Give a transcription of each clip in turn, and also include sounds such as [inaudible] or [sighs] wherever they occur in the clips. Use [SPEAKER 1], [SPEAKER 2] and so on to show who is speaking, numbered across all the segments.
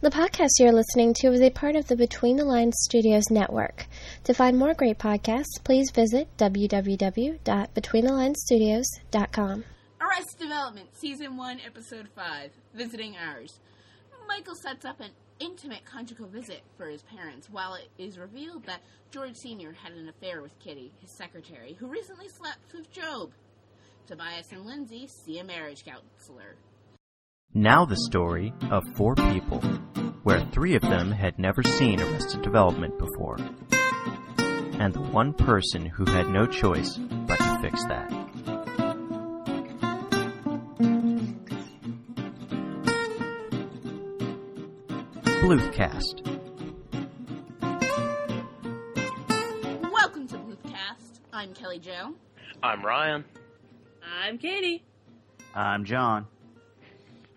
[SPEAKER 1] The podcast you're listening to is a part of the Between the Lines Studios network. To find more great podcasts, please visit www.betweenthelines.studios.com.
[SPEAKER 2] Arrest Development, Season 1, Episode 5 Visiting Hours. Michael sets up an intimate conjugal visit for his parents while it is revealed that George Sr. had an affair with Kitty, his secretary, who recently slept with Job. Tobias and Lindsay see a marriage counselor.
[SPEAKER 3] Now the story of four people, where three of them had never seen Arrested Development before, and the one person who had no choice but to fix that. Bluthcast.
[SPEAKER 2] Welcome to Bluthcast. I'm Kelly Joe.
[SPEAKER 4] I'm Ryan.
[SPEAKER 2] I'm Katie.
[SPEAKER 5] I'm John.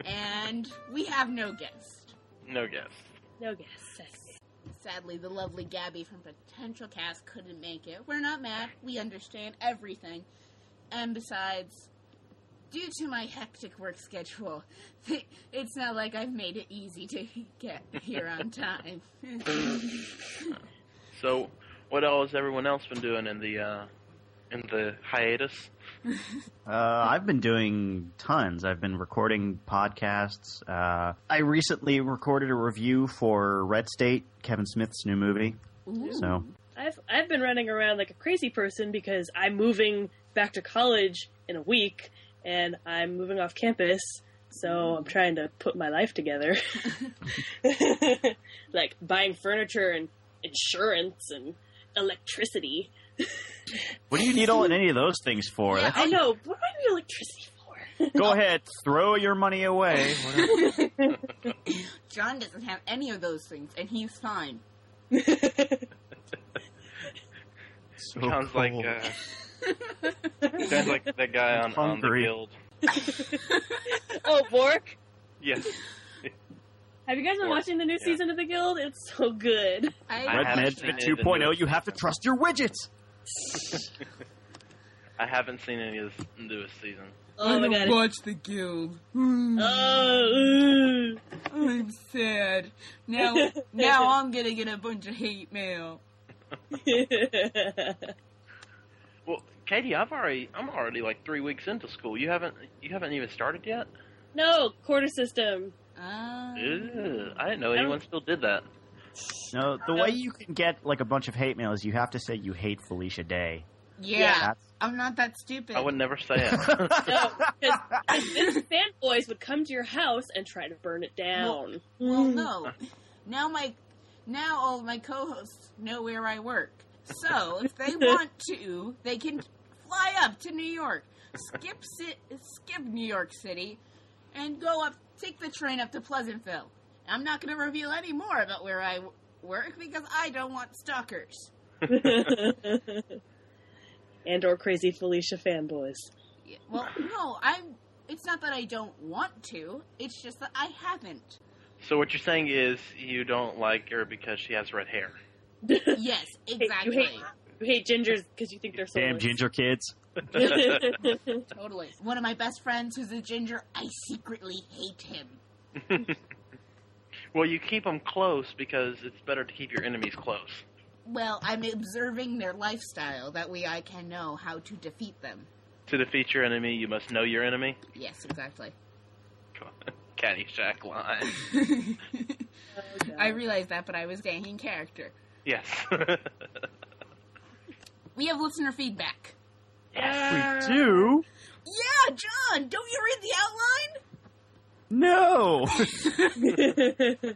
[SPEAKER 2] And we have no guest.
[SPEAKER 4] No guess.
[SPEAKER 6] No guess.
[SPEAKER 2] Sadly, the lovely Gabby from Potential Cast couldn't make it. We're not mad. We understand everything. And besides, due to my hectic work schedule, [laughs] it's not like I've made it easy to get here on time.
[SPEAKER 4] So, what all has everyone else been doing in the uh, in the hiatus?
[SPEAKER 5] Uh, I've been doing tons. I've been recording podcasts. Uh, I recently recorded a review for Red State, Kevin Smith's new movie.
[SPEAKER 2] Ooh.
[SPEAKER 5] So
[SPEAKER 6] I've I've been running around like a crazy person because I'm moving back to college in a week and I'm moving off campus. So I'm trying to put my life together. like buying furniture and insurance and electricity.
[SPEAKER 5] what do you need all any of those things for?
[SPEAKER 2] Yeah,
[SPEAKER 6] I know, Oh, what am I need electricity for?
[SPEAKER 5] Go ahead, throw your money away.
[SPEAKER 2] John doesn't have any of those things, and he's fine.
[SPEAKER 5] So
[SPEAKER 4] [laughs] sounds
[SPEAKER 5] [laughs]
[SPEAKER 4] like
[SPEAKER 5] cool.
[SPEAKER 4] uh, sounds like that guy on, on the
[SPEAKER 5] Hungry.
[SPEAKER 4] guild.
[SPEAKER 6] oh, Bork.
[SPEAKER 4] Yes,
[SPEAKER 6] Have you guys been
[SPEAKER 4] Bork,
[SPEAKER 6] watching the new
[SPEAKER 4] yeah.
[SPEAKER 6] season of the Guild? It's so good.
[SPEAKER 2] I,
[SPEAKER 5] Red
[SPEAKER 4] I haven't
[SPEAKER 5] Med
[SPEAKER 4] seen any of the
[SPEAKER 5] 2.0. You
[SPEAKER 4] newest.
[SPEAKER 5] have to trust your widgets.
[SPEAKER 4] I haven't seen any of this newest season.
[SPEAKER 6] Oh my god.
[SPEAKER 2] watch the guild. Hmm,
[SPEAKER 6] Oh, ooh.
[SPEAKER 2] I'm sad. Now, [laughs] now I'm gonna get a bunch of hate mail.
[SPEAKER 6] [laughs]
[SPEAKER 4] Well, Katie, I've already I'm already like three weeks into school. You haven't you haven't even started yet.
[SPEAKER 6] no, quarter system.
[SPEAKER 2] Um,
[SPEAKER 4] Ew, I didn't know anyone still did that.
[SPEAKER 5] No, the way you can get like a bunch of hate mail is you have to say you hate Felicia Day.
[SPEAKER 2] yeah,
[SPEAKER 5] That's-
[SPEAKER 2] I'm not that stupid.
[SPEAKER 4] I would never say it.
[SPEAKER 6] No, because fanboys would come to your house and try to burn it down.
[SPEAKER 2] Well,
[SPEAKER 6] Hmm.
[SPEAKER 2] no. Now my, now all my co-hosts know where I work. So if
[SPEAKER 6] [laughs]
[SPEAKER 2] they want to, they can fly up to New York, skip ci- skip New York City, and go up. Take the train up to Pleasantville. I'm not going to reveal any more about where I w- work because I don't want stalkers.
[SPEAKER 6] [laughs] and or crazy Felicia fanboys.
[SPEAKER 2] Yeah,
[SPEAKER 6] [laughs]
[SPEAKER 2] Well, no, I'm. It's not that I don't want to. It's just that I
[SPEAKER 6] [laughs]
[SPEAKER 2] haven't.
[SPEAKER 4] so what you're saying is you don't like her because she has red hair.
[SPEAKER 2] Yes,
[SPEAKER 6] Hey, you
[SPEAKER 2] exactly.
[SPEAKER 6] hate you hate gingers because you think they're
[SPEAKER 5] [laughs]
[SPEAKER 6] so
[SPEAKER 5] Damn ginger kids.
[SPEAKER 2] Totally. One of my best friends who's a ginger, I secretly hate him.
[SPEAKER 4] Well, you keep them close because it's better to keep your enemies close.
[SPEAKER 2] Well, I'm observing their lifestyle. That way I can know how to defeat them.
[SPEAKER 4] To defeat your enemy, you must know your enemy.
[SPEAKER 2] Yes, exactly.
[SPEAKER 4] [laughs] Caddyshack line.
[SPEAKER 2] I realized that, but I was staying in character.
[SPEAKER 4] [laughs] Yes.
[SPEAKER 2] We have listener feedback.
[SPEAKER 5] We do.
[SPEAKER 2] Yeah, John, don't you read the outline?
[SPEAKER 5] No.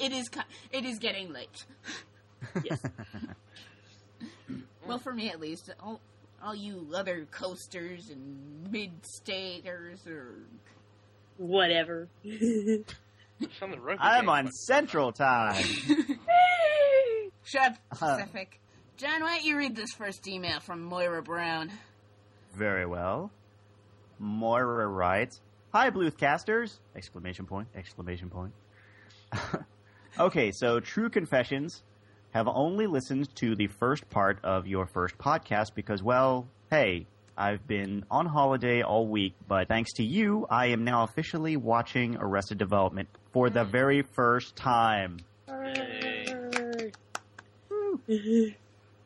[SPEAKER 2] It is co- it is getting late.
[SPEAKER 6] Yes.
[SPEAKER 2] Well, for me at least. All, all you other coasters and mid-staters or
[SPEAKER 6] [laughs] Whatever.
[SPEAKER 4] Something wrote
[SPEAKER 5] [laughs] I'm on Central Time.
[SPEAKER 2] Chef
[SPEAKER 5] Uh-huh.
[SPEAKER 2] Pacific. John, why don't you read this first email from Moira Brown?
[SPEAKER 5] Very well. Moira writes, "Hi, Bluthcasters!" Exclamation point! Exclamation point! [laughs] okay, so true confessions have only listened to the first part of your first podcast because, well, hey, I've been on holiday all week, but thanks to you, I am now officially watching Arrested Development for the very first time,
[SPEAKER 6] Hooray.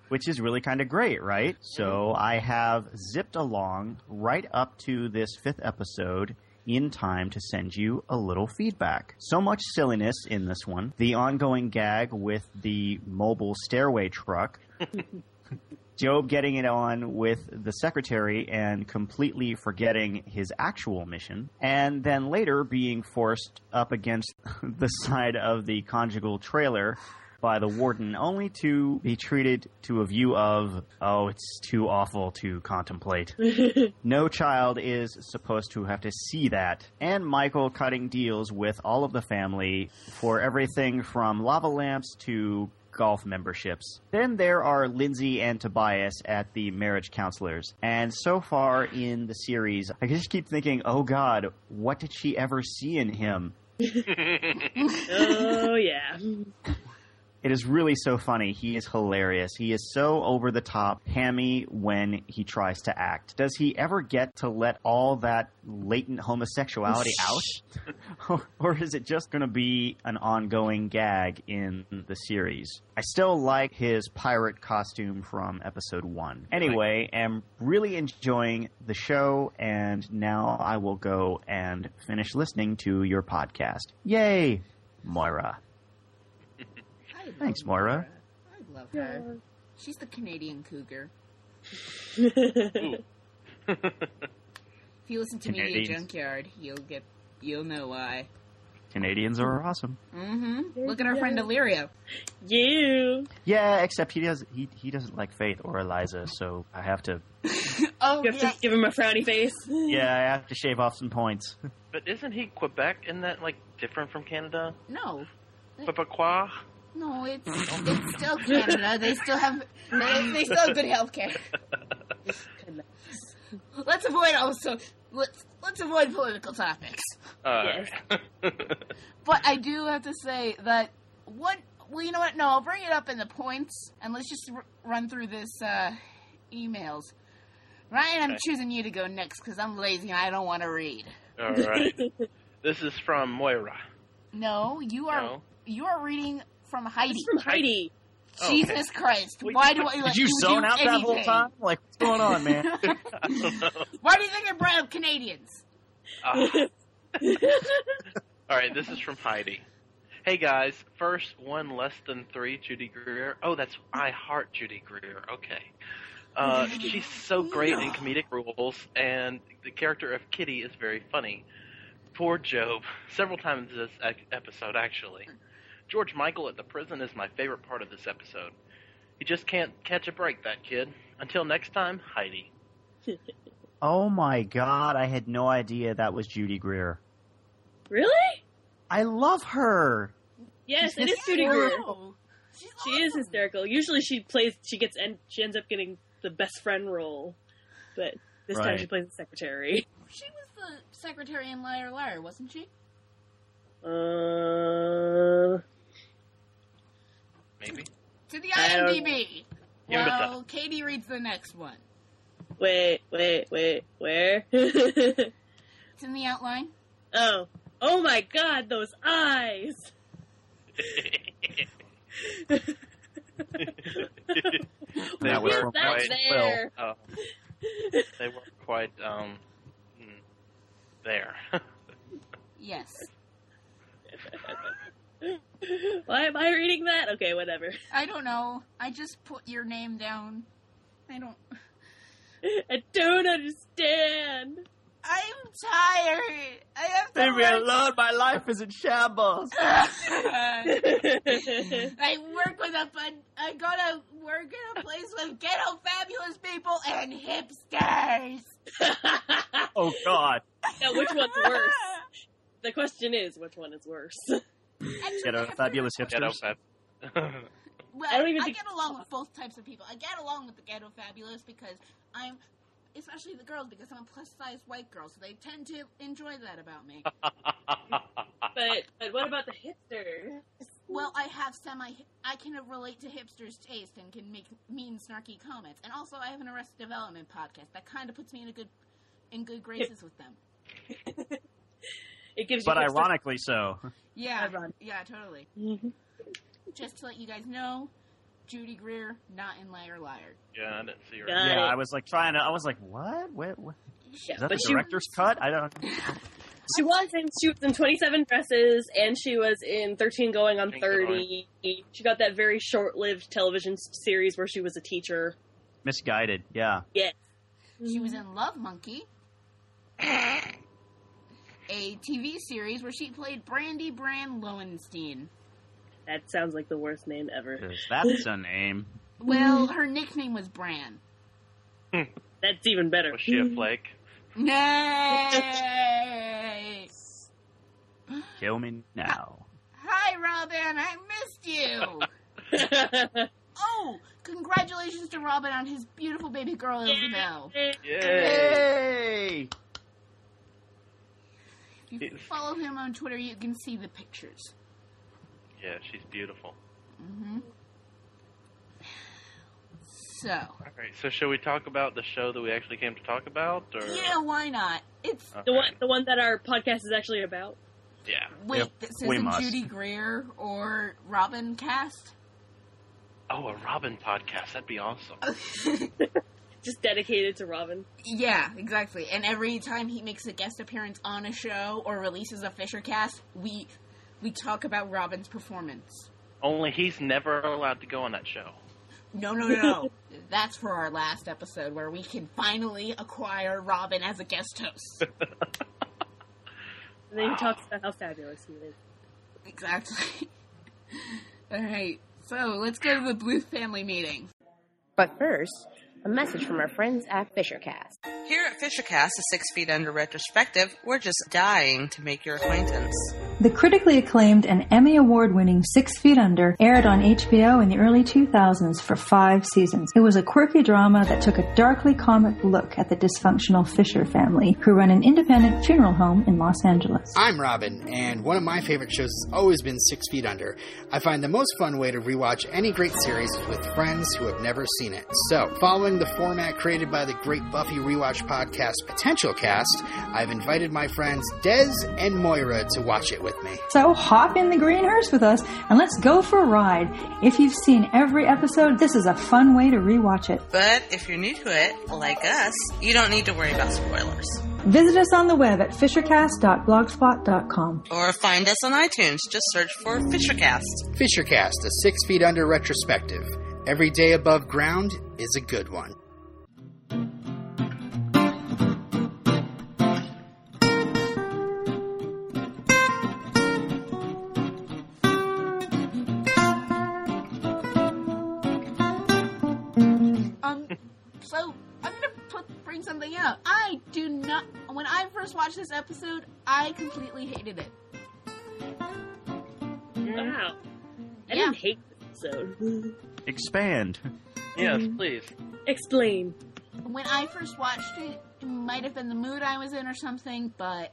[SPEAKER 5] which is really kind of great, right? So I have zipped along right up to this fifth episode in time to send you a little feedback. So much silliness in this one. The ongoing gag with the mobile stairway truck. Job getting it on with the secretary and completely forgetting his actual mission, and then later being forced up against [laughs] the side of the conjugal trailer by the warden, only to be treated to a view of, oh, it's too awful to contemplate. No child is supposed to have to see that. And Michael cutting deals with all of the family for everything from lava lamps to golf memberships. Then there are Lindsay and Tobias at the marriage counselors. And so far in the series, I just keep thinking, oh god, what did she ever see in him?
[SPEAKER 6] oh [laughs] yeah.
[SPEAKER 5] It is really so funny. He is hilarious. He is so over the top, hammy when he tries to act. Does he ever get to let all that latent homosexuality out? [laughs] or is it just going to be an ongoing gag in the series? I still like his pirate costume from episode one. Anyway, am really enjoying the show, and now I will go and finish listening to your podcast. Yay, Moira.
[SPEAKER 2] I love
[SPEAKER 5] Thanks, Moira.
[SPEAKER 2] I love her. She's the Canadian cougar.
[SPEAKER 4] Ooh.
[SPEAKER 2] If you listen to Media
[SPEAKER 5] Canadians.
[SPEAKER 2] Junkyard, you'll get you'll know why.
[SPEAKER 5] Canadians are awesome.
[SPEAKER 2] Mm-hmm. Look at our friend Illyrio.
[SPEAKER 6] you.
[SPEAKER 5] Yeah, except he does he he doesn't like Faith or Eliza, so I have to
[SPEAKER 2] Oh
[SPEAKER 6] You have to give him a frowny face.
[SPEAKER 5] yeah I have to shave off some points.
[SPEAKER 4] But isn't he Quebec? Isn't that like different from Canada?
[SPEAKER 2] no.
[SPEAKER 4] Quebecois?
[SPEAKER 2] No, [laughs] it's it's still Canada. They still have they, they still have good health [laughs] care. Let's avoid also let's let's avoid political topics.
[SPEAKER 4] Uh,
[SPEAKER 2] But I do have to say that what well you know what no I'll bring it up in the points and let's just r- run through this uh, emails. Ryan, I'm
[SPEAKER 4] Okay.
[SPEAKER 2] choosing you to go next because I'm lazy and I don't want to read.
[SPEAKER 4] all [laughs] right. This is from Moira.
[SPEAKER 2] No, you are
[SPEAKER 4] No.
[SPEAKER 2] you are reading from Heidi.
[SPEAKER 6] It's from Heidi.
[SPEAKER 4] Oh, okay.
[SPEAKER 2] Jesus Christ!
[SPEAKER 4] Wait,
[SPEAKER 2] Why do I let
[SPEAKER 5] Did you
[SPEAKER 2] do
[SPEAKER 5] zone out that whole
[SPEAKER 2] anything?
[SPEAKER 5] time? Like what's going on, man?
[SPEAKER 4] I don't know.
[SPEAKER 2] Why do you think I brought up Canadians?
[SPEAKER 4] [laughs] Ah. All right, this is from Heidi. Hey guys, first one less than three, Judy Greer. Oh, that's I heart Judy Greer. Okay. Uh, she's so great in comedic roles, and the character of Kitty is very funny. Poor Job. Several times this ec- episode, actually. George Michael at the prison is my favorite part of this episode. He just can't catch a break, that kid. Until next time, Heidi.
[SPEAKER 5] oh my god, I had no idea that was Judy Greer.
[SPEAKER 6] [laughs] Really?
[SPEAKER 5] I love her.
[SPEAKER 6] Yes, it is Judy Greer. She is hysterical. Usually she plays she gets and she ends up getting the best friend role. But this time
[SPEAKER 5] Right.
[SPEAKER 6] she plays the secretary.
[SPEAKER 2] She was the secretary in Liar Liar, wasn't she?
[SPEAKER 6] Uh,
[SPEAKER 4] Maybe.
[SPEAKER 2] To the
[SPEAKER 5] uh,
[SPEAKER 6] I don't-
[SPEAKER 2] IMDb.
[SPEAKER 4] Yeah, but
[SPEAKER 2] Well, Katie reads the next one.
[SPEAKER 6] wait, wait, wait, where? [laughs]
[SPEAKER 2] It's in the outline.
[SPEAKER 6] oh. Oh my god, those eyes.
[SPEAKER 4] They
[SPEAKER 5] That
[SPEAKER 6] Why
[SPEAKER 5] was
[SPEAKER 6] is
[SPEAKER 5] from
[SPEAKER 6] that
[SPEAKER 5] White
[SPEAKER 6] there?
[SPEAKER 4] Um, they were quite um, mm, there. [laughs]
[SPEAKER 2] Yes.
[SPEAKER 6] Why am I reading that? Okay, whatever. [laughs]
[SPEAKER 2] I don't know. I just put your name down. I don't.
[SPEAKER 6] I don't understand. [laughs]
[SPEAKER 2] I'm tired. I have to. work.
[SPEAKER 5] My life is in shambles.
[SPEAKER 2] [laughs] I work with a fun. I gotta work in a place with ghetto fabulous people and hipsters.
[SPEAKER 6] now,
[SPEAKER 5] Oh god.
[SPEAKER 6] which one's worse?
[SPEAKER 2] [laughs]
[SPEAKER 6] The question is, which one is worse?
[SPEAKER 2] Actually,
[SPEAKER 5] Ghetto
[SPEAKER 2] that's
[SPEAKER 5] fabulous
[SPEAKER 2] not-
[SPEAKER 5] hipsters.
[SPEAKER 2] Well,
[SPEAKER 6] I
[SPEAKER 2] I,
[SPEAKER 6] don't even think-
[SPEAKER 2] get along with both types of people. I get along with the ghetto fabulous because I'm, especially the girls, because I'm a plus size white girl, so they tend to enjoy that about me.
[SPEAKER 6] [laughs] But but what about the hipster?
[SPEAKER 2] Well, I have semi. I can relate to hipsters' taste and can make mean, snarky comments. And also, I have an Arrested Development podcast that kind of puts me in a good, in good graces with them.
[SPEAKER 6] It gives
[SPEAKER 5] But
[SPEAKER 6] you hipster-
[SPEAKER 5] ironically so.
[SPEAKER 2] Yeah,
[SPEAKER 6] Ironic.
[SPEAKER 2] yeah, totally.
[SPEAKER 6] Mhm.
[SPEAKER 2] Just to let you guys know, Judy Greer not in Liar Liar.
[SPEAKER 4] [laughs] Yeah, I didn't see her.
[SPEAKER 6] Yeah.
[SPEAKER 5] Yeah,
[SPEAKER 6] Right.
[SPEAKER 5] I was like trying to. I was like, what? What? what?
[SPEAKER 6] Yeah,
[SPEAKER 5] Is that
[SPEAKER 6] but
[SPEAKER 5] the
[SPEAKER 6] she-
[SPEAKER 5] director's cut? I don't.
[SPEAKER 6] She was in she was in twenty seven dresses and she was in thirteen going on
[SPEAKER 4] Thank
[SPEAKER 6] thirty. She got that very short lived television s- series where she was a teacher.
[SPEAKER 5] Misguided. Yeah.
[SPEAKER 2] She was in Love Monkey, a TV series where she played Brandy Brand Lowenstein.
[SPEAKER 6] That sounds like the worst name ever.
[SPEAKER 5] 'Cause That's a name.
[SPEAKER 2] Well,
[SPEAKER 5] Mm-hmm.
[SPEAKER 2] her nickname was
[SPEAKER 5] [laughs]
[SPEAKER 2] Bran.
[SPEAKER 6] That's even better. [laughs]
[SPEAKER 4] Was she a Oh, flake?
[SPEAKER 2] Nay!
[SPEAKER 5] Kill me now.
[SPEAKER 2] Hi, Robin. I missed
[SPEAKER 5] [laughs]
[SPEAKER 2] you. oh, congratulations to Robin on his beautiful baby girl, Isabel.
[SPEAKER 4] Yay!
[SPEAKER 5] Hey!
[SPEAKER 2] If you follow him on Twitter, you can see the pictures.
[SPEAKER 4] Yeah, she's beautiful.
[SPEAKER 2] hmm So,
[SPEAKER 4] All right, so shall we talk about the show that we actually came to talk about? Or
[SPEAKER 2] yeah, why not? It's
[SPEAKER 5] Uh,
[SPEAKER 4] Okay.
[SPEAKER 6] the one the one that our podcast is actually about.
[SPEAKER 4] Yeah.
[SPEAKER 2] wait,
[SPEAKER 5] Yep,
[SPEAKER 2] this
[SPEAKER 5] we
[SPEAKER 2] isn't
[SPEAKER 5] must.
[SPEAKER 2] Judy Greer or Robin cast.
[SPEAKER 4] Oh, a Robin podcast. That'd be awesome.
[SPEAKER 6] Just dedicated to Robin.
[SPEAKER 2] yeah, exactly. And every time he makes a guest appearance on a show or releases a Fisher cast, we we talk about Robin's performance.
[SPEAKER 4] Only he's never allowed to go on that show.
[SPEAKER 2] No, no, no. That's for our last episode where we can finally acquire Robin as a guest host.
[SPEAKER 6] And then
[SPEAKER 4] Wow.
[SPEAKER 6] he talks about how fabulous he is.
[SPEAKER 2] exactly. [laughs] All right. So let's go to the Bluth family meeting.
[SPEAKER 7] But first, a message from our friends at Fishercast.
[SPEAKER 8] Here at Fishercast, the Six Feet Under Retrospective, we're just dying to make your acquaintance.
[SPEAKER 9] The critically acclaimed and Emmy Award winning Six Feet Under aired on HBO in the early 2000s for five seasons. It was a quirky drama that took a darkly comic look at the dysfunctional Fisher family, who run an independent funeral home in Los Angeles.
[SPEAKER 10] I'm Robin, and one of my favorite shows has always been Six Feet Under. I find the most fun way to rewatch any great series is with friends who have never seen it. So, following the format created by the great Buffy Rewatch podcast Potential Cast, I've invited my friends Des and Moira to watch it with me.
[SPEAKER 9] So hop in the green hearse with us and let's go for a ride. If you've seen every episode, this is a fun way to rewatch it.
[SPEAKER 8] But if you're new to it, like us, you don't need to worry about spoilers.
[SPEAKER 9] Visit us on the web at fishercast.blogspot.com.
[SPEAKER 8] Or find us on iTunes. Just search for Fishercast.
[SPEAKER 10] Fishercast, a Six Feet Under retrospective. Every day above ground is a good one.
[SPEAKER 2] Um, [laughs] so I'm gonna put, bring something out. I do not. When I first watched this episode, I completely hated it.
[SPEAKER 6] Wow. I
[SPEAKER 2] Mm. Yeah.
[SPEAKER 6] didn't hate this episode.
[SPEAKER 5] [laughs] Expand.
[SPEAKER 4] Yes, please.
[SPEAKER 6] Explain.
[SPEAKER 2] when I first watched it, it might have been the mood I was in or something, but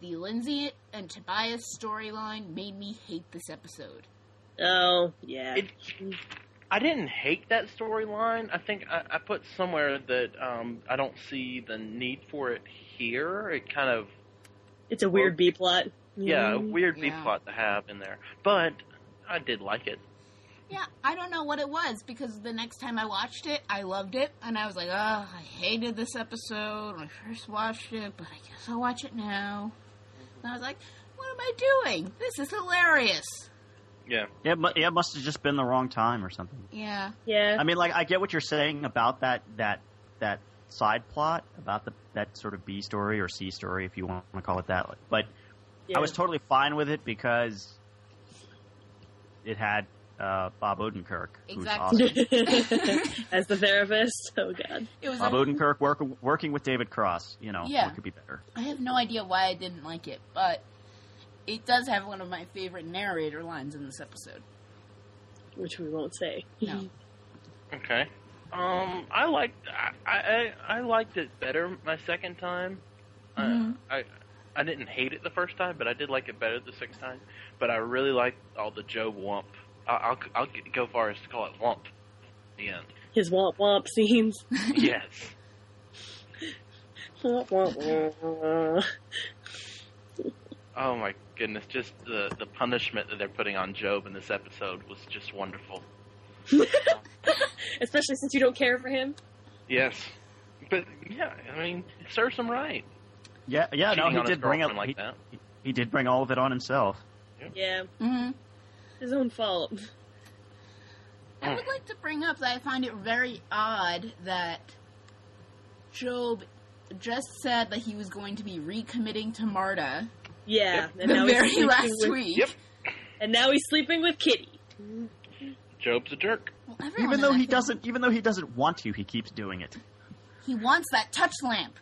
[SPEAKER 2] the Lindsay and Tobias storyline made me hate this episode.
[SPEAKER 6] Oh, yeah.
[SPEAKER 4] It, I didn't hate that storyline. I think I, I put somewhere that um, I don't see the need for it here. It kind of
[SPEAKER 6] It's a weird B plot. Mm-hmm.
[SPEAKER 4] yeah, a weird B
[SPEAKER 2] Yeah.
[SPEAKER 4] plot to have in there, but I did like it.
[SPEAKER 2] Yeah, I don't know what it was because the next time I watched it, I loved it, and I was like, oh, I hated this episode when I first watched it, but I guess I'll watch it now. And I was like, what am I doing? This is hilarious.
[SPEAKER 4] Yeah,
[SPEAKER 5] It, mu- it must have just been the wrong time or something.
[SPEAKER 2] Yeah.
[SPEAKER 6] Yeah.
[SPEAKER 5] I mean, like I get what you're saying about that that that side plot about the that sort of B story or C story, if you want to call it that. But
[SPEAKER 6] yeah.
[SPEAKER 5] I was totally fine with it because it had uh, Bob Odenkirk, who's
[SPEAKER 2] Exactly. [laughs]
[SPEAKER 5] awesome.
[SPEAKER 6] As the therapist. [laughs] Oh, God.
[SPEAKER 2] It was
[SPEAKER 5] Bob
[SPEAKER 2] like,
[SPEAKER 5] Odenkirk work, working with David Cross. You know,
[SPEAKER 2] Yeah.
[SPEAKER 5] what could be better?
[SPEAKER 2] I have no idea why I didn't like it, but it does have one of my favorite narrator lines in this episode.
[SPEAKER 6] Which we won't say.
[SPEAKER 2] No.
[SPEAKER 4] okay. Um, I liked I I, I liked it better my second time. I-
[SPEAKER 2] Mhm.
[SPEAKER 4] I, I I didn't hate it the first time, but I did like it better the second time. But I really like all the Joe Wump. I- I'll I'll get- go far as to call it Wump. The end.
[SPEAKER 6] His womp womp scenes. [laughs]
[SPEAKER 4] Yes.
[SPEAKER 6] Womp womp womp.
[SPEAKER 4] Oh my goodness! Just the the punishment that they're putting on Job in this episode was just wonderful.
[SPEAKER 6] Especially since you don't care for him.
[SPEAKER 4] Yes. But yeah, I mean, it serves him right.
[SPEAKER 5] Yeah, yeah.
[SPEAKER 4] Cheating
[SPEAKER 5] no,
[SPEAKER 4] on
[SPEAKER 5] he
[SPEAKER 4] his
[SPEAKER 5] did bring it.
[SPEAKER 4] girlfriend like
[SPEAKER 5] he,
[SPEAKER 4] that.
[SPEAKER 5] he did bring all of it on himself.
[SPEAKER 6] Yeah,
[SPEAKER 2] Mm-hmm.
[SPEAKER 6] his own fault.
[SPEAKER 2] I would like to bring up that I find it very odd that Job just said that he was going to be recommitting to Marta
[SPEAKER 6] Yeah, and
[SPEAKER 2] the
[SPEAKER 6] now
[SPEAKER 2] [laughs]
[SPEAKER 6] he's
[SPEAKER 2] very
[SPEAKER 6] sleeping
[SPEAKER 2] last
[SPEAKER 6] with,
[SPEAKER 2] week.
[SPEAKER 4] Yep.
[SPEAKER 6] and now he's sleeping
[SPEAKER 2] [laughs]
[SPEAKER 6] with Kitty. [laughs]
[SPEAKER 4] Job's a jerk.
[SPEAKER 2] Well, everyone
[SPEAKER 5] Even
[SPEAKER 2] in
[SPEAKER 5] though
[SPEAKER 2] that
[SPEAKER 5] he
[SPEAKER 2] thing-
[SPEAKER 5] doesn't, even though he doesn't want to, he keeps doing it.
[SPEAKER 2] he wants that touch lamp.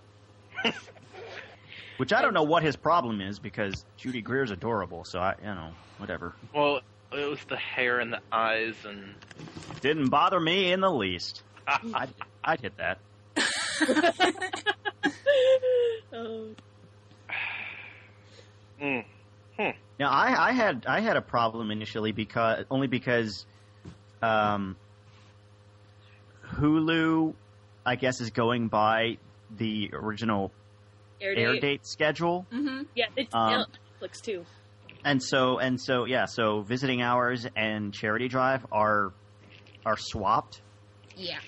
[SPEAKER 5] Which I don't know what his problem is because Judy Greer's adorable. So I, you know, whatever.
[SPEAKER 4] Well, it was the hair and the eyes and
[SPEAKER 5] Didn't bother me in the
[SPEAKER 6] [laughs]
[SPEAKER 5] least. I'd, I'd hit that.
[SPEAKER 6] Oh,
[SPEAKER 4] mm,
[SPEAKER 5] Now I, I had I had a problem initially because only because um, Hulu, I guess, is going by the original
[SPEAKER 6] air date.
[SPEAKER 5] air date schedule.
[SPEAKER 2] Mm-hmm.
[SPEAKER 6] Yeah, it's
[SPEAKER 5] Um,
[SPEAKER 6] now on Netflix too.
[SPEAKER 5] and so and so yeah so visiting hours and charity drive are are swapped
[SPEAKER 2] Yeah.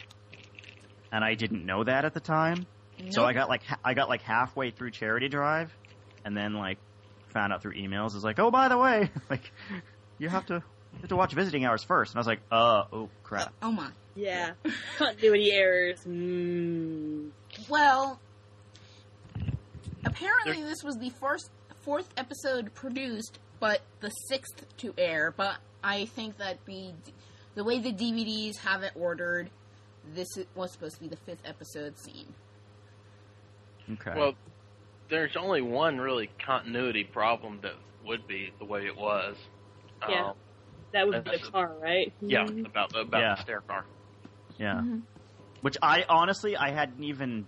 [SPEAKER 5] and i didn't know that at the time so
[SPEAKER 2] Nope.
[SPEAKER 5] i got like ha- i got like halfway through charity drive and then like found out through emails is like oh by the way [laughs] like you have to you have to watch visiting hours first and i was like uh oh crap
[SPEAKER 2] Oh my.
[SPEAKER 6] Yeah, continuity errors. Mm.
[SPEAKER 2] Well, apparently this was the first fourth episode produced, but the sixth to air. But I think that the the way the DVDs have it ordered, this i- was supposed to be the fifth episode scene.
[SPEAKER 5] okay
[SPEAKER 4] well, there's only one really continuity problem that would be the way it was.
[SPEAKER 6] Yeah.
[SPEAKER 4] Um,
[SPEAKER 6] That would be the
[SPEAKER 4] That's-
[SPEAKER 6] car, right?
[SPEAKER 4] yeah, about about
[SPEAKER 5] Yeah.
[SPEAKER 4] the stair car.
[SPEAKER 5] yeah
[SPEAKER 2] Mhm.
[SPEAKER 5] which i honestly i hadn't even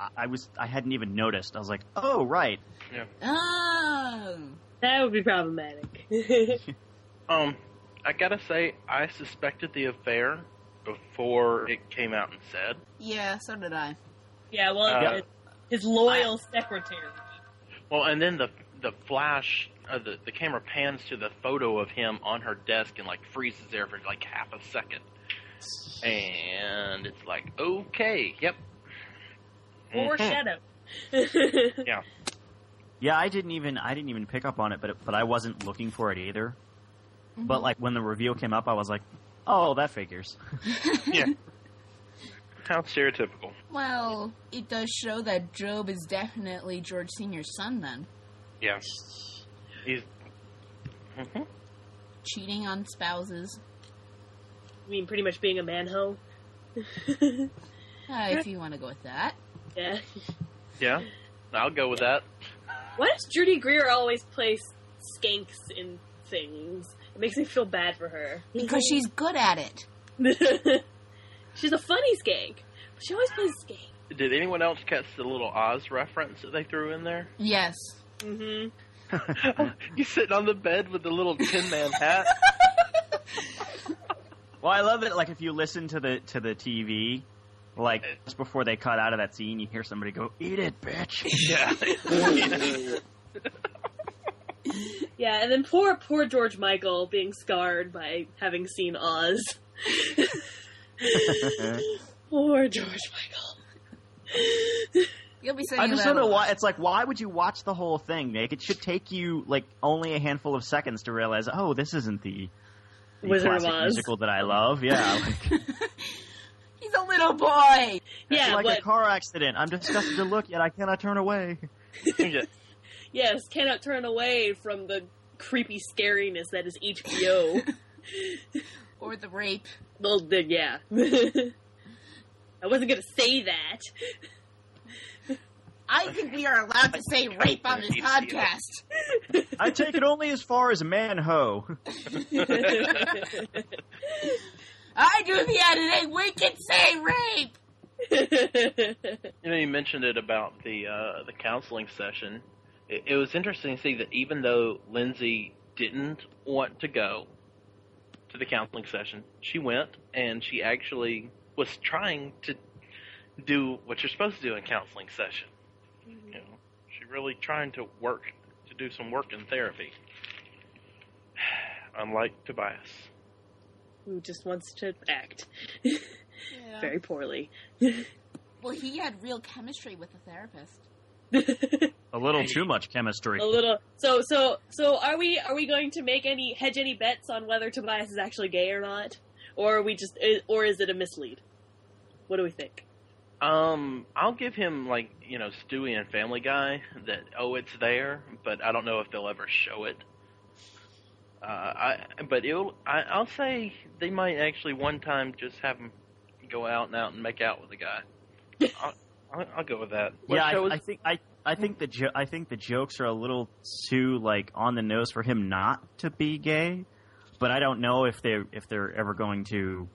[SPEAKER 5] I- I was I hadn't even noticed. I was like, "Oh right,
[SPEAKER 2] Oh,
[SPEAKER 6] That would be problematic.
[SPEAKER 4] Um, I gotta say, I suspected the affair before it came out and said.
[SPEAKER 2] yeah. So did I.
[SPEAKER 6] [laughs] yeah, well,
[SPEAKER 4] Uh,
[SPEAKER 6] it's his loyal secretary.
[SPEAKER 4] Well, and then the the flash, uh, the the camera pans to the photo of him on her desk and like freezes there for like half a second, and it's like, okay, yep. Mhm.
[SPEAKER 6] [laughs] Foreshadow.
[SPEAKER 5] Yeah, I didn't even I didn't even pick up on it, but it, but I wasn't looking for it either. But
[SPEAKER 2] Mm-hmm.
[SPEAKER 5] like when the reveal came up, I was like, "Oh, that figures."
[SPEAKER 4] How stereotypical.
[SPEAKER 2] Well, it does show that Job is definitely George Senior's son. Then
[SPEAKER 4] Yeah. He's. Mhm.
[SPEAKER 2] cheating on spouses,
[SPEAKER 6] I mean, pretty much being a manhole.
[SPEAKER 2] uh, if you want to go with that.
[SPEAKER 6] Yeah.
[SPEAKER 4] Yeah, I'll go with that.
[SPEAKER 6] Why does Judy Greer always play s- skanks in things? It makes me feel bad for [laughs] her.
[SPEAKER 2] Because she's good at it.
[SPEAKER 6] she's a funny skank, but she always plays skank.
[SPEAKER 4] Did anyone else catch the little Oz reference that they threw in there? [laughs]
[SPEAKER 2] Yes.
[SPEAKER 6] Mm-hmm.
[SPEAKER 4] He's sitting on the bed with the little Tin Man hat.
[SPEAKER 5] Well, I love that. Like if you listen to the to the TV, like just before they cut out of that scene, you hear somebody go, "Eat it, bitch."
[SPEAKER 6] [laughs]
[SPEAKER 4] yeah.
[SPEAKER 6] Yeah, and then poor, poor George Michael being scarred by having seen Oz. [laughs] poor George Michael.
[SPEAKER 2] You'll be saying
[SPEAKER 5] I just
[SPEAKER 2] that
[SPEAKER 5] don't know
[SPEAKER 2] a lot.
[SPEAKER 5] why. It's like, why would you watch the whole thing, Nick? It should take you like only a handful of seconds to realize, oh, this isn't the, the
[SPEAKER 6] Wizard of
[SPEAKER 5] classic
[SPEAKER 6] Oz.
[SPEAKER 5] musical that I love.
[SPEAKER 6] [laughs]
[SPEAKER 5] Yeah, like,
[SPEAKER 2] He's a little boy.
[SPEAKER 6] Yeah,
[SPEAKER 5] like
[SPEAKER 6] what?
[SPEAKER 5] a car accident. I'm disgusted to look, yet I cannot turn away.
[SPEAKER 4] yeah.
[SPEAKER 6] yes, cannot turn away from the creepy scariness that is [laughs] HBO.
[SPEAKER 2] Or the rape.
[SPEAKER 6] Well, then, yeah. [laughs] I wasn't gonna say that. [laughs]
[SPEAKER 2] I think we are allowed to say rape on this podcast.
[SPEAKER 5] I take it only as far as manho.
[SPEAKER 2] I do the editing. We can say rape.
[SPEAKER 4] You know, you mentioned it about the uh, the counseling session. it, it was interesting to see that even though Lindsay didn't want to go to the counseling session, she went and she actually was trying to do what you're supposed to do in counseling session. You know, she really trying to work to do some work in therapy. [sighs] Unlike Tobias.
[SPEAKER 6] [laughs] Who just wants to act
[SPEAKER 2] Yeah.
[SPEAKER 6] very poorly.
[SPEAKER 2] Well, he had real chemistry with the therapist.
[SPEAKER 3] A little too much chemistry.
[SPEAKER 6] A little. So so so are we are we going to make any hedge any bets on whether Tobias is actually gay or not, or are we just i- or is it a mislead? What do we think?
[SPEAKER 4] Um, I'll give him like you know Stewie and Family Guy that oh it's there, but I don't know if they'll ever show it. Uh, I but it'll I, I'll say they might actually one time just have him go out and out and make out with
[SPEAKER 5] [laughs]
[SPEAKER 4] the guy. I'll, I'll, I'll go with that. What
[SPEAKER 5] yeah,
[SPEAKER 4] show
[SPEAKER 5] I,
[SPEAKER 4] is-
[SPEAKER 5] I think I I think the jo- I think the jokes are a little too like on the nose for him not to be gay, but I don't know if they if they're ever going to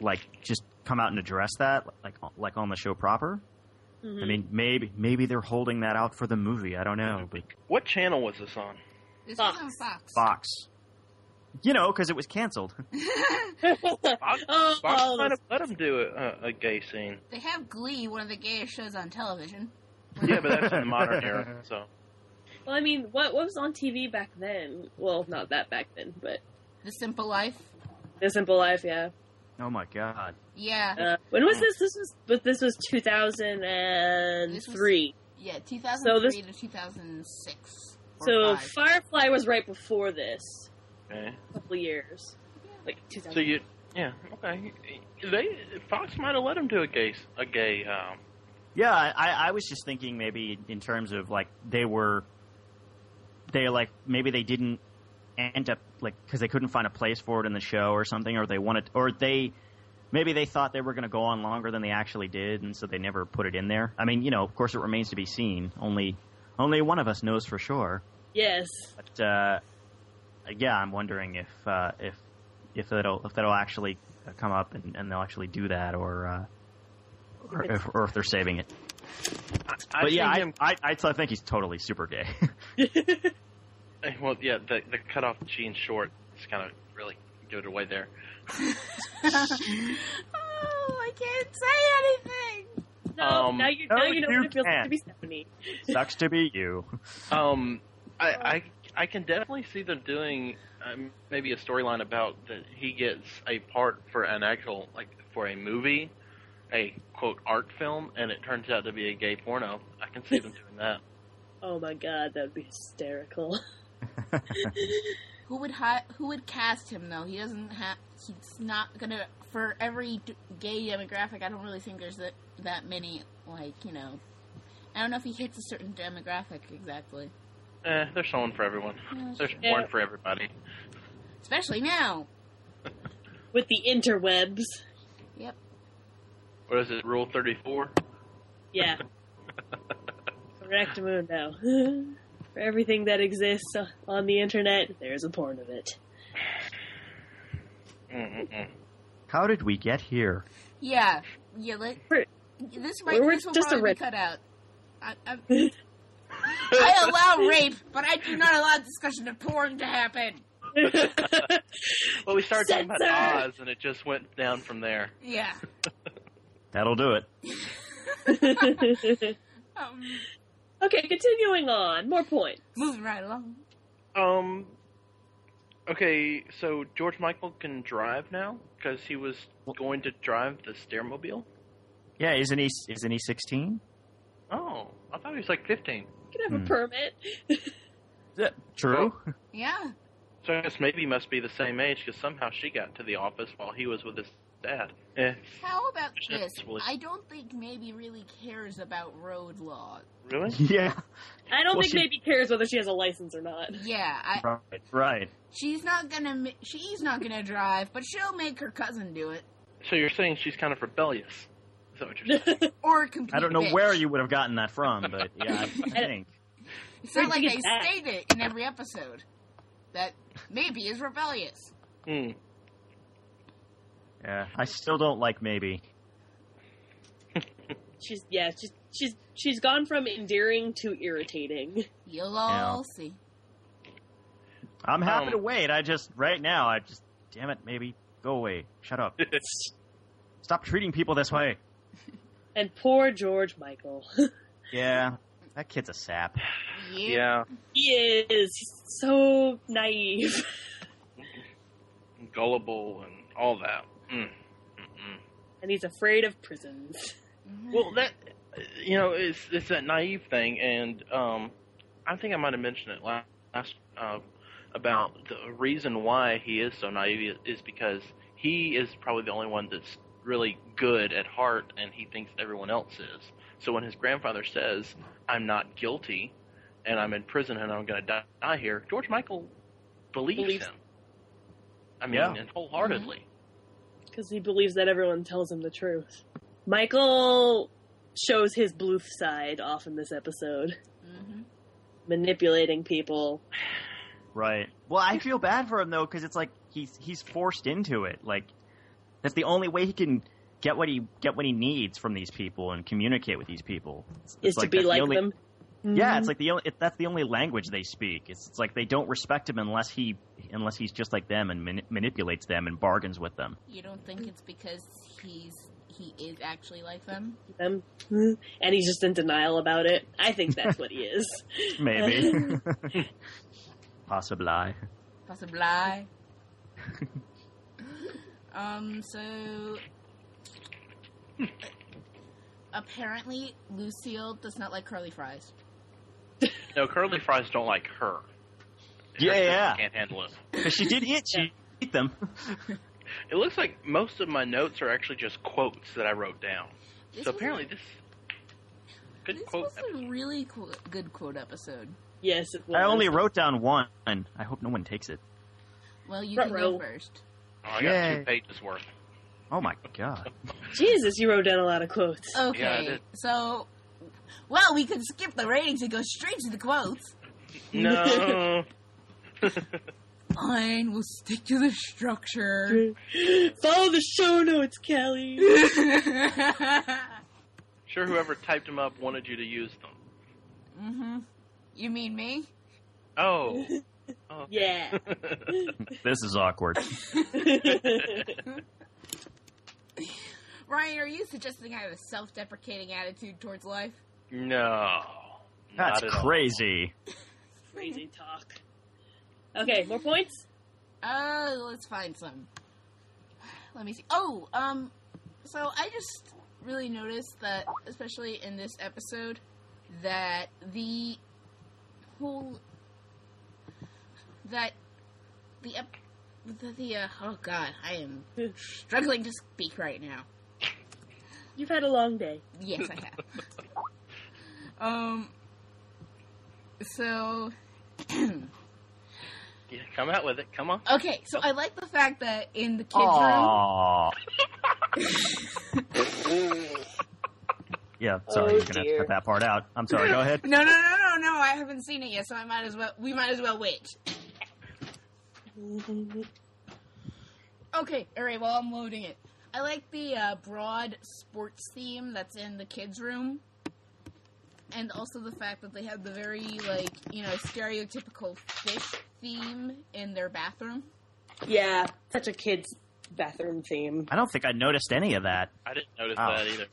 [SPEAKER 5] like just come out and address that like like on the show proper. I
[SPEAKER 6] Mhm.
[SPEAKER 5] mean, maybe maybe they're holding that out for the movie. I don't know, but
[SPEAKER 4] what channel was this on?
[SPEAKER 2] This
[SPEAKER 6] Fox.
[SPEAKER 2] was on Fox.
[SPEAKER 5] Fox, you know, because it was canceled. [laughs]
[SPEAKER 4] Fox,
[SPEAKER 6] Oh,
[SPEAKER 4] Fox
[SPEAKER 6] oh,
[SPEAKER 4] might have
[SPEAKER 6] that's-
[SPEAKER 4] let him do a, a gay scene.
[SPEAKER 2] [laughs] They have Glee, one of the gayest shows on television.
[SPEAKER 4] Yeah, but that's in the
[SPEAKER 5] [laughs]
[SPEAKER 4] modern era. So
[SPEAKER 6] well, I mean, what what was on TV back then? Well, not that back then, but
[SPEAKER 2] The Simple Life.
[SPEAKER 6] The Simple Life, yeah.
[SPEAKER 5] Oh my god!
[SPEAKER 2] Yeah.
[SPEAKER 6] Uh, when was this? This was but this was two thousand and three.
[SPEAKER 2] Yeah, 2003
[SPEAKER 6] So
[SPEAKER 2] to 2006. or
[SPEAKER 6] So
[SPEAKER 2] five.
[SPEAKER 6] Firefly was right before this,
[SPEAKER 4] okay.
[SPEAKER 6] a couple of years, like two
[SPEAKER 4] so
[SPEAKER 6] thousand.
[SPEAKER 4] you yeah okay they Fox might have let him do a gay s- a gay um,
[SPEAKER 5] Yeah, I, I was just thinking maybe in terms of like they were, they like maybe they didn't end up like because they couldn't find a place for it in the show or something, or they wanted, or they maybe they thought they were going to go on longer than they actually did, and so they never put it in there. I mean, you know, of course, it remains to be seen. Only only one of us knows for sure.
[SPEAKER 6] Yes,
[SPEAKER 5] But uh, yeah, I'm wondering if uh, if if that'll if that'll actually come up and, and they'll actually do that, or uh, or, if, or if they're saving it.
[SPEAKER 4] I
[SPEAKER 5] but yeah,
[SPEAKER 4] see
[SPEAKER 5] I,
[SPEAKER 4] him.
[SPEAKER 5] I, I, I think he's totally super gay. [laughs]
[SPEAKER 4] eh, Well, yeah, the the cutoff jean short is kind of really give it away there.
[SPEAKER 2] oh, I can't say anything.
[SPEAKER 6] no,
[SPEAKER 4] Um,
[SPEAKER 6] now you
[SPEAKER 5] no,
[SPEAKER 6] now you know
[SPEAKER 5] you
[SPEAKER 6] what it feels like to
[SPEAKER 5] can't.
[SPEAKER 6] be Stephanie.
[SPEAKER 5] Sucks to be you.
[SPEAKER 4] Um, I I, I can definitely see them doing um, maybe a storyline about that he gets a part for an actual like for a movie, a quote art film, and it turns out to be a gay porno. I can see them doing that. [laughs]
[SPEAKER 6] Oh my god, that'd be hysterical. [laughs]
[SPEAKER 2] Who would hi- who would cast him though? He doesn't have. He's not gonna. For every d- gay demographic, I don't really think there's that that many. Like you know, I don't know if he hits a certain demographic exactly.
[SPEAKER 4] Eh, there's someone for everyone.
[SPEAKER 2] Yeah,
[SPEAKER 4] There's
[SPEAKER 6] Yeah.
[SPEAKER 4] one for everybody.
[SPEAKER 2] Especially now.
[SPEAKER 6] With the interwebs,
[SPEAKER 2] Yep.
[SPEAKER 4] What is it? Rule thirty four.
[SPEAKER 5] [laughs]
[SPEAKER 6] yeah. Correct moon now. [laughs] For everything that exists on the internet, there's a porn of it.
[SPEAKER 5] How did we get here?
[SPEAKER 2] Yeah. Yeah. Let,
[SPEAKER 6] We're-
[SPEAKER 2] this might.
[SPEAKER 6] we're- we're
[SPEAKER 2] this will
[SPEAKER 6] just a
[SPEAKER 2] probably be
[SPEAKER 6] red-
[SPEAKER 2] cut out. I,
[SPEAKER 6] [laughs]
[SPEAKER 2] I, I allow rape, but I do not allow discussion of porn to happen.
[SPEAKER 6] [laughs]
[SPEAKER 4] Well, we started talking about
[SPEAKER 6] Censored.
[SPEAKER 4] Oz, and it just went down from there.
[SPEAKER 2] Yeah.
[SPEAKER 5] That'll do it.
[SPEAKER 6] [laughs]
[SPEAKER 2] Um,
[SPEAKER 6] okay, continuing on. More points.
[SPEAKER 2] moving right along.
[SPEAKER 4] Um. Okay, so George Michael can drive now because he was going to drive the stairmobile.
[SPEAKER 5] Yeah, isn't he? Isn't he sixteen?
[SPEAKER 4] Oh, I thought he was like fifteen.
[SPEAKER 6] You can have
[SPEAKER 5] Hmm.
[SPEAKER 6] a permit.
[SPEAKER 5] True.
[SPEAKER 2] Yeah.
[SPEAKER 4] So I guess maybe he must be the same age because somehow she got to the office while he was with his dad. Eh,
[SPEAKER 2] How about
[SPEAKER 4] Shit,
[SPEAKER 2] this?
[SPEAKER 4] well-
[SPEAKER 2] I don't think Maybe really cares about road law.
[SPEAKER 4] really?
[SPEAKER 5] [laughs] yeah.
[SPEAKER 6] I don't
[SPEAKER 5] Well,
[SPEAKER 6] think
[SPEAKER 5] she-
[SPEAKER 6] maybe cares whether she has a license or not.
[SPEAKER 2] Yeah, I,
[SPEAKER 5] Right. Right.
[SPEAKER 2] she's not gonna. ma- She's not gonna drive, but she'll make her cousin do it
[SPEAKER 4] So you're saying she's kind of rebellious? Is that what you're saying?
[SPEAKER 2] or a complete.
[SPEAKER 5] I don't know
[SPEAKER 2] bitch.
[SPEAKER 5] where you would have gotten that from, but [laughs] yeah, I think.
[SPEAKER 2] It's not
[SPEAKER 6] Where'd
[SPEAKER 2] like
[SPEAKER 6] you
[SPEAKER 2] they
[SPEAKER 6] get that?
[SPEAKER 2] state it in every episode. That maybe is rebellious.
[SPEAKER 4] [laughs] Hmm.
[SPEAKER 5] Yeah, I still don't like maybe.
[SPEAKER 6] She's yeah, she's she's she's gone from endearing to irritating.
[SPEAKER 2] You'll all see.
[SPEAKER 5] I'm happy
[SPEAKER 4] Um,
[SPEAKER 5] to wait. I just right now. I just damn it, maybe go away. Shut up.
[SPEAKER 4] Hmm.
[SPEAKER 5] Stop treating people this way.
[SPEAKER 6] And poor George Michael. [laughs]
[SPEAKER 5] Yeah, that kid's a sap.
[SPEAKER 4] [laughs] Yeah.
[SPEAKER 6] he is so naive. [laughs]
[SPEAKER 4] Gullible and all that. Mm. Mm-mm.
[SPEAKER 6] And he's afraid of prisons.
[SPEAKER 4] Well, that you know, it's it's that naive thing, and um, I think I might have mentioned it last, last uh, about the reason why he is so naive is because he is probably the only one that's really good at heart, and he thinks everyone else is. So when his grandfather says, "I'm not guilty," and I'm in prison and I'm going to die, die here, George Michael believes,
[SPEAKER 6] Believes-
[SPEAKER 4] him. I mean,
[SPEAKER 5] Yeah.
[SPEAKER 4] and wholeheartedly.
[SPEAKER 6] because he believes that everyone tells him the truth. Michael shows his Bluth side off in this episode,
[SPEAKER 2] Mm-hmm.
[SPEAKER 6] manipulating people.
[SPEAKER 5] Right. Well, I feel bad for him though, because it's like he's he's forced into it. Like that's the only way he can get what he get what he needs from these people and communicate with these people. It's,
[SPEAKER 6] Is
[SPEAKER 5] it's
[SPEAKER 6] to be
[SPEAKER 5] that's the
[SPEAKER 6] like
[SPEAKER 5] only-
[SPEAKER 6] them.
[SPEAKER 5] Yeah, it's like the only it, that's the only language they speak. It's, it's like they don't respect him unless he unless he's just like them and mani- manipulates them and bargains with them.
[SPEAKER 2] You don't think it's because he's he is actually like them?
[SPEAKER 6] them, [laughs] and he's just in denial about it. I think that's [laughs] what he is.
[SPEAKER 5] Maybe.
[SPEAKER 6] [laughs]
[SPEAKER 5] Possibly.
[SPEAKER 4] [laughs]
[SPEAKER 2] Possibly. um, so. Apparently, Lucille does not like curly fries.
[SPEAKER 4] No, curly fries don't like her.
[SPEAKER 5] Yeah,
[SPEAKER 4] Her
[SPEAKER 5] yeah.
[SPEAKER 4] Can't handle it.
[SPEAKER 5] 'Cause she did it. She ate them.
[SPEAKER 4] It looks like most of my notes are actually just quotes that I wrote down.
[SPEAKER 2] This
[SPEAKER 4] so
[SPEAKER 2] was
[SPEAKER 4] apparently
[SPEAKER 2] a-
[SPEAKER 4] this good
[SPEAKER 2] this
[SPEAKER 4] quote.
[SPEAKER 2] was a really qu- good quote episode.
[SPEAKER 6] yes, it was.
[SPEAKER 5] I only wrote down one. I hope no one takes it.
[SPEAKER 2] Well, you
[SPEAKER 6] Front
[SPEAKER 2] can go
[SPEAKER 6] row.
[SPEAKER 2] first.
[SPEAKER 4] Oh, I got
[SPEAKER 5] Yay.
[SPEAKER 4] two pages
[SPEAKER 6] [laughs]
[SPEAKER 4] worth.
[SPEAKER 5] Oh my god.
[SPEAKER 6] Jesus, you wrote down a lot of quotes.
[SPEAKER 2] Okay,
[SPEAKER 4] Yeah, I did.
[SPEAKER 2] so. Well, we could skip the ratings and go straight to the quotes.
[SPEAKER 4] No. [laughs]
[SPEAKER 2] Fine, we'll stick to the structure. [laughs]
[SPEAKER 6] [gasps] Follow the show notes, Kelly. [laughs]
[SPEAKER 2] mm-hmm.
[SPEAKER 4] sure, whoever typed them up wanted you to use them.
[SPEAKER 2] You mean me?
[SPEAKER 4] Oh.
[SPEAKER 6] [laughs]
[SPEAKER 4] oh.
[SPEAKER 6] Yeah. [laughs]
[SPEAKER 5] This is awkward.
[SPEAKER 2] Ryan, are you suggesting I have a self deprecating attitude towards life?
[SPEAKER 4] no.
[SPEAKER 5] That's
[SPEAKER 4] Not at all.
[SPEAKER 5] crazy.
[SPEAKER 6] Crazy talk. Okay, more points.
[SPEAKER 2] Uh, let's find some. [sighs] Let me see. Oh, um, so I just really noticed that, especially in this episode, that the whole that the ep- the, the uh, oh god, I am struggling to speak right now.
[SPEAKER 6] You've had a long day.
[SPEAKER 2] Yes, I have. um, so
[SPEAKER 4] Yeah, come out with it. Come on.
[SPEAKER 2] okay, so I like the fact that in the kids'
[SPEAKER 5] Um,
[SPEAKER 2] room,
[SPEAKER 5] [laughs] Aww. yeah, sorry,
[SPEAKER 6] Oh,
[SPEAKER 5] you're gonna have to
[SPEAKER 6] dear.
[SPEAKER 5] cut that part out. I'm sorry. Go ahead.
[SPEAKER 2] No, no, no, no, no! I haven't seen it yet, so I might as well. We might as well wait. Okay, all right. Well, I'm loading it. I like the uh, broad sports theme that's in the kids' room, and also the fact that they have the very like you know stereotypical fish theme in their bathroom.
[SPEAKER 6] Yeah, such a kid's bathroom theme.
[SPEAKER 5] I don't think I noticed any of that.
[SPEAKER 4] I didn't notice
[SPEAKER 5] Oh.
[SPEAKER 4] that either.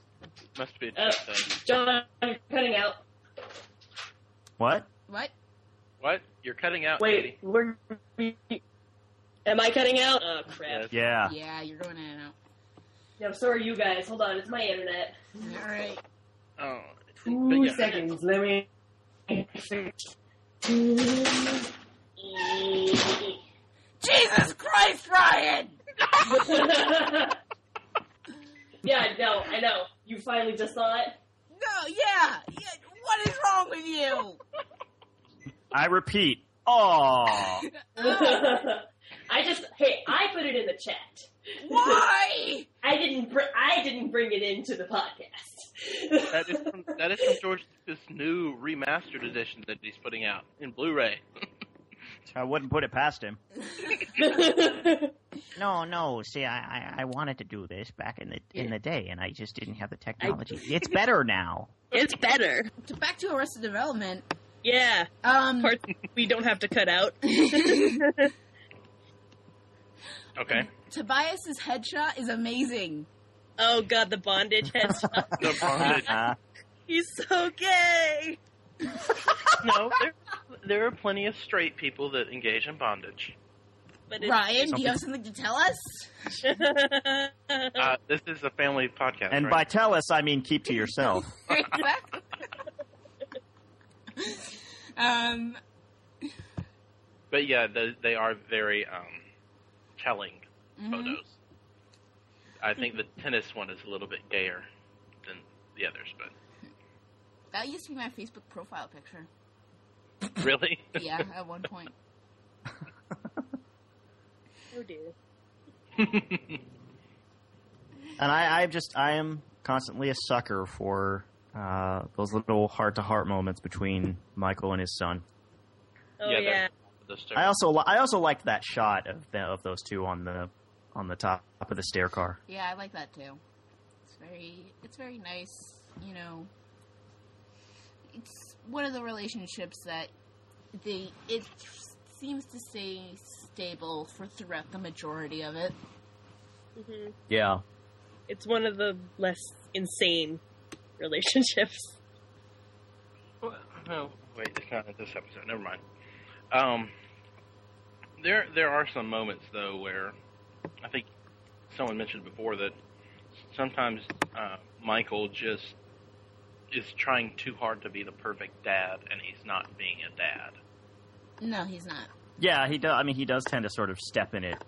[SPEAKER 4] Must be a
[SPEAKER 6] Uh,
[SPEAKER 4] type thing.
[SPEAKER 6] John, I'm cutting out.
[SPEAKER 5] What?
[SPEAKER 2] What?
[SPEAKER 4] What? You're cutting out. Katie.
[SPEAKER 6] Wait, we're. Am I cutting out? Oh crap!
[SPEAKER 5] Yeah.
[SPEAKER 2] Yeah, you're going in and out.
[SPEAKER 6] No, so are you guys. Hold on, it's my internet.
[SPEAKER 2] All right.
[SPEAKER 4] Oh.
[SPEAKER 6] Two
[SPEAKER 4] but yeah.
[SPEAKER 6] seconds. Let me.
[SPEAKER 2] Jesus Christ, Ryan!
[SPEAKER 6] [laughs] yeah, no, I know. You finally just saw [laughs] it.
[SPEAKER 2] No, yeah, yeah. What is wrong with you?
[SPEAKER 5] I repeat. Aww.
[SPEAKER 6] I just hey, I put it in the chat.
[SPEAKER 2] Why?
[SPEAKER 6] I didn't. Br- I didn't bring it into the podcast.
[SPEAKER 4] That is from, that is from George this new remastered edition that he's putting out in Blu-ray. [laughs]
[SPEAKER 5] I wouldn't put it past him. No, no. See, I, I, I wanted to do this back in the in the day, and I just didn't have the technology.
[SPEAKER 4] [laughs]
[SPEAKER 5] It's better [laughs] now.
[SPEAKER 6] it's better.
[SPEAKER 2] To- Back to Arrested Development.
[SPEAKER 6] Yeah,
[SPEAKER 2] Um,
[SPEAKER 6] parts we don't have to cut out. [laughs]
[SPEAKER 5] [laughs]
[SPEAKER 4] Okay.
[SPEAKER 2] Tobias's headshot is amazing.
[SPEAKER 6] Oh god, the bondage headshot.
[SPEAKER 4] The bondage.
[SPEAKER 6] [laughs] He's so gay.
[SPEAKER 4] no, there, there are plenty of straight people that engage in
[SPEAKER 5] [laughs]
[SPEAKER 4] bondage.
[SPEAKER 6] But it's
[SPEAKER 2] Ryan, do you have something to tell us? [laughs]
[SPEAKER 4] Uh, this is a family podcast.
[SPEAKER 5] and by
[SPEAKER 4] right?
[SPEAKER 5] tell us, I mean keep to yourself.
[SPEAKER 2] um,
[SPEAKER 4] but yeah, the, they are very um, telling
[SPEAKER 5] Mm-hmm.
[SPEAKER 2] mhm.
[SPEAKER 4] photos. I think the tennis one is a little bit gayer than the others, but
[SPEAKER 2] That used to be my Facebook profile picture.
[SPEAKER 4] really,
[SPEAKER 2] Yeah, at one point.
[SPEAKER 6] [laughs] oh dear.
[SPEAKER 5] And I, I just I am constantly a sucker for uh, those little heart to heart moments between Michael and his son.
[SPEAKER 4] [laughs]
[SPEAKER 6] Oh
[SPEAKER 4] Yeah,
[SPEAKER 6] yeah.
[SPEAKER 4] they're- those two.
[SPEAKER 5] I also li- I also liked that shot of the, of those two on the on the top of the stair car.
[SPEAKER 2] Yeah, I like that too. It's very, it's very nice. You know, it's one of the relationships that they it seems to stay stable for throughout the majority of it.
[SPEAKER 6] Mhm.
[SPEAKER 5] Yeah,
[SPEAKER 6] It's one of the less insane [laughs] relationships.
[SPEAKER 4] Oh, wait, it's not this episode. Never mind. Um, there there are some moments though where I think someone mentioned before that sometimes uh, Michael just is trying too hard to be the perfect dad, and he's not being a dad.
[SPEAKER 2] No, he's not.
[SPEAKER 5] yeah. He does. I mean, he does tend to sort of step in it.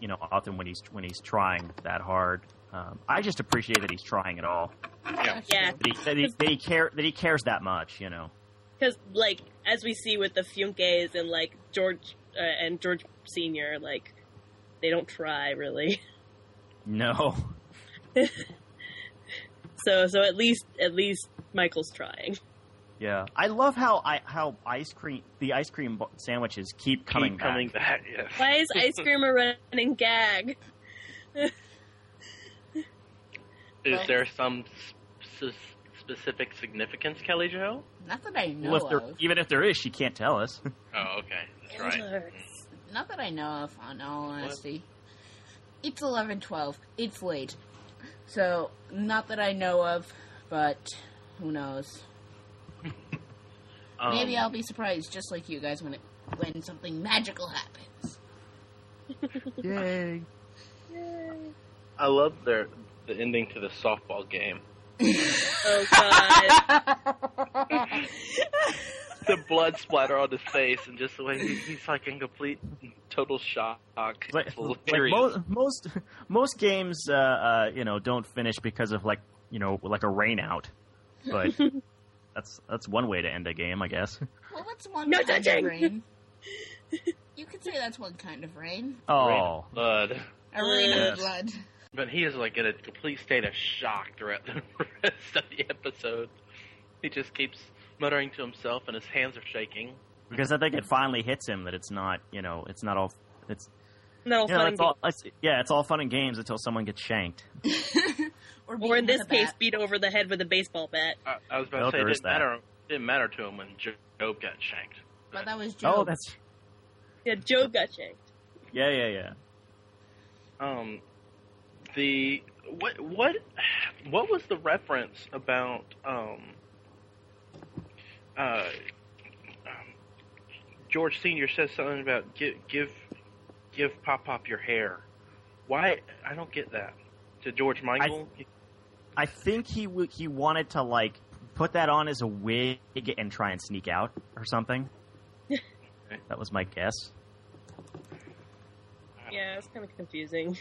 [SPEAKER 5] You know, often when he's when he's trying that hard. Um, I just appreciate that he's trying at all.
[SPEAKER 4] Yeah.
[SPEAKER 6] Yeah.
[SPEAKER 5] That he, that he, that he care that he cares that much. You know.
[SPEAKER 6] because like as we see with the Funkes and like George uh, and George Senior, like they don't try really. [laughs]
[SPEAKER 5] No. [laughs]
[SPEAKER 6] So so at least at least Michael's trying.
[SPEAKER 5] Yeah. I love how I how ice cream the ice cream bo- sandwiches keep coming
[SPEAKER 4] Keep
[SPEAKER 5] back.
[SPEAKER 4] coming back. Yes.
[SPEAKER 6] Why is ice cream a running gag?
[SPEAKER 4] Is there some s- specific significance, Kelly Joe?
[SPEAKER 2] Not that I know
[SPEAKER 5] Well, if there-
[SPEAKER 2] of.
[SPEAKER 5] even if there is, she can't tell [laughs] us.
[SPEAKER 4] Oh, okay, that's right.
[SPEAKER 2] Not that I know of. In all honesty, it's eleven twelve. It's late, so not that I know of. But who knows?
[SPEAKER 4] Um,
[SPEAKER 2] Maybe I'll be surprised, just like you guys, when it when something magical happens.
[SPEAKER 5] Yay.
[SPEAKER 4] I love their the ending to the softball game.
[SPEAKER 6] Oh god. [laughs]
[SPEAKER 4] the blood splatter on his face and just the way he, he's like in complete total shock.
[SPEAKER 5] Like,
[SPEAKER 4] It's
[SPEAKER 5] like
[SPEAKER 4] hilarious.
[SPEAKER 5] mo- most most games, uh, uh, you know, don't finish because of like you know like a rain out. But that's that's one way to end a game, I guess.
[SPEAKER 2] well, that's one
[SPEAKER 6] No
[SPEAKER 2] kind
[SPEAKER 6] touching!
[SPEAKER 2] of
[SPEAKER 6] [laughs]
[SPEAKER 2] rain. You could say that's one kind of rain.
[SPEAKER 5] [laughs] Oh,
[SPEAKER 4] blood.
[SPEAKER 2] A rain
[SPEAKER 5] Yes.
[SPEAKER 2] of blood. [laughs]
[SPEAKER 4] But he is like in a complete state of shock throughout the [laughs] rest of the episode. He just keeps muttering to himself and his hands are shaking.
[SPEAKER 5] because I think it finally hits him that it's not you know it's not all it's
[SPEAKER 6] No
[SPEAKER 5] you know,
[SPEAKER 6] fun.
[SPEAKER 5] it's all, it's, yeah it's all fun and games until someone gets shanked.
[SPEAKER 6] or in
[SPEAKER 2] beaten with
[SPEAKER 6] this
[SPEAKER 2] a
[SPEAKER 6] case,
[SPEAKER 2] bat.
[SPEAKER 6] beat over the head with a baseball bat.
[SPEAKER 4] I, I was about
[SPEAKER 5] Well,
[SPEAKER 4] to say it
[SPEAKER 5] there is
[SPEAKER 4] didn't
[SPEAKER 5] that.
[SPEAKER 4] matter, didn't matter to him when Job got shanked.
[SPEAKER 2] but that was Job.
[SPEAKER 5] Oh, that's
[SPEAKER 6] Yeah, Job got shanked.
[SPEAKER 5] yeah yeah yeah.
[SPEAKER 4] Um, the what what what was the reference about um uh um, George Senior says something about give give give Pop Pop your hair. Why I don't get that to George Michael.
[SPEAKER 5] I think he w- he wanted to like put that on as a wig and try and sneak out or something. that was my guess.
[SPEAKER 6] Yeah, it's kind of confusing.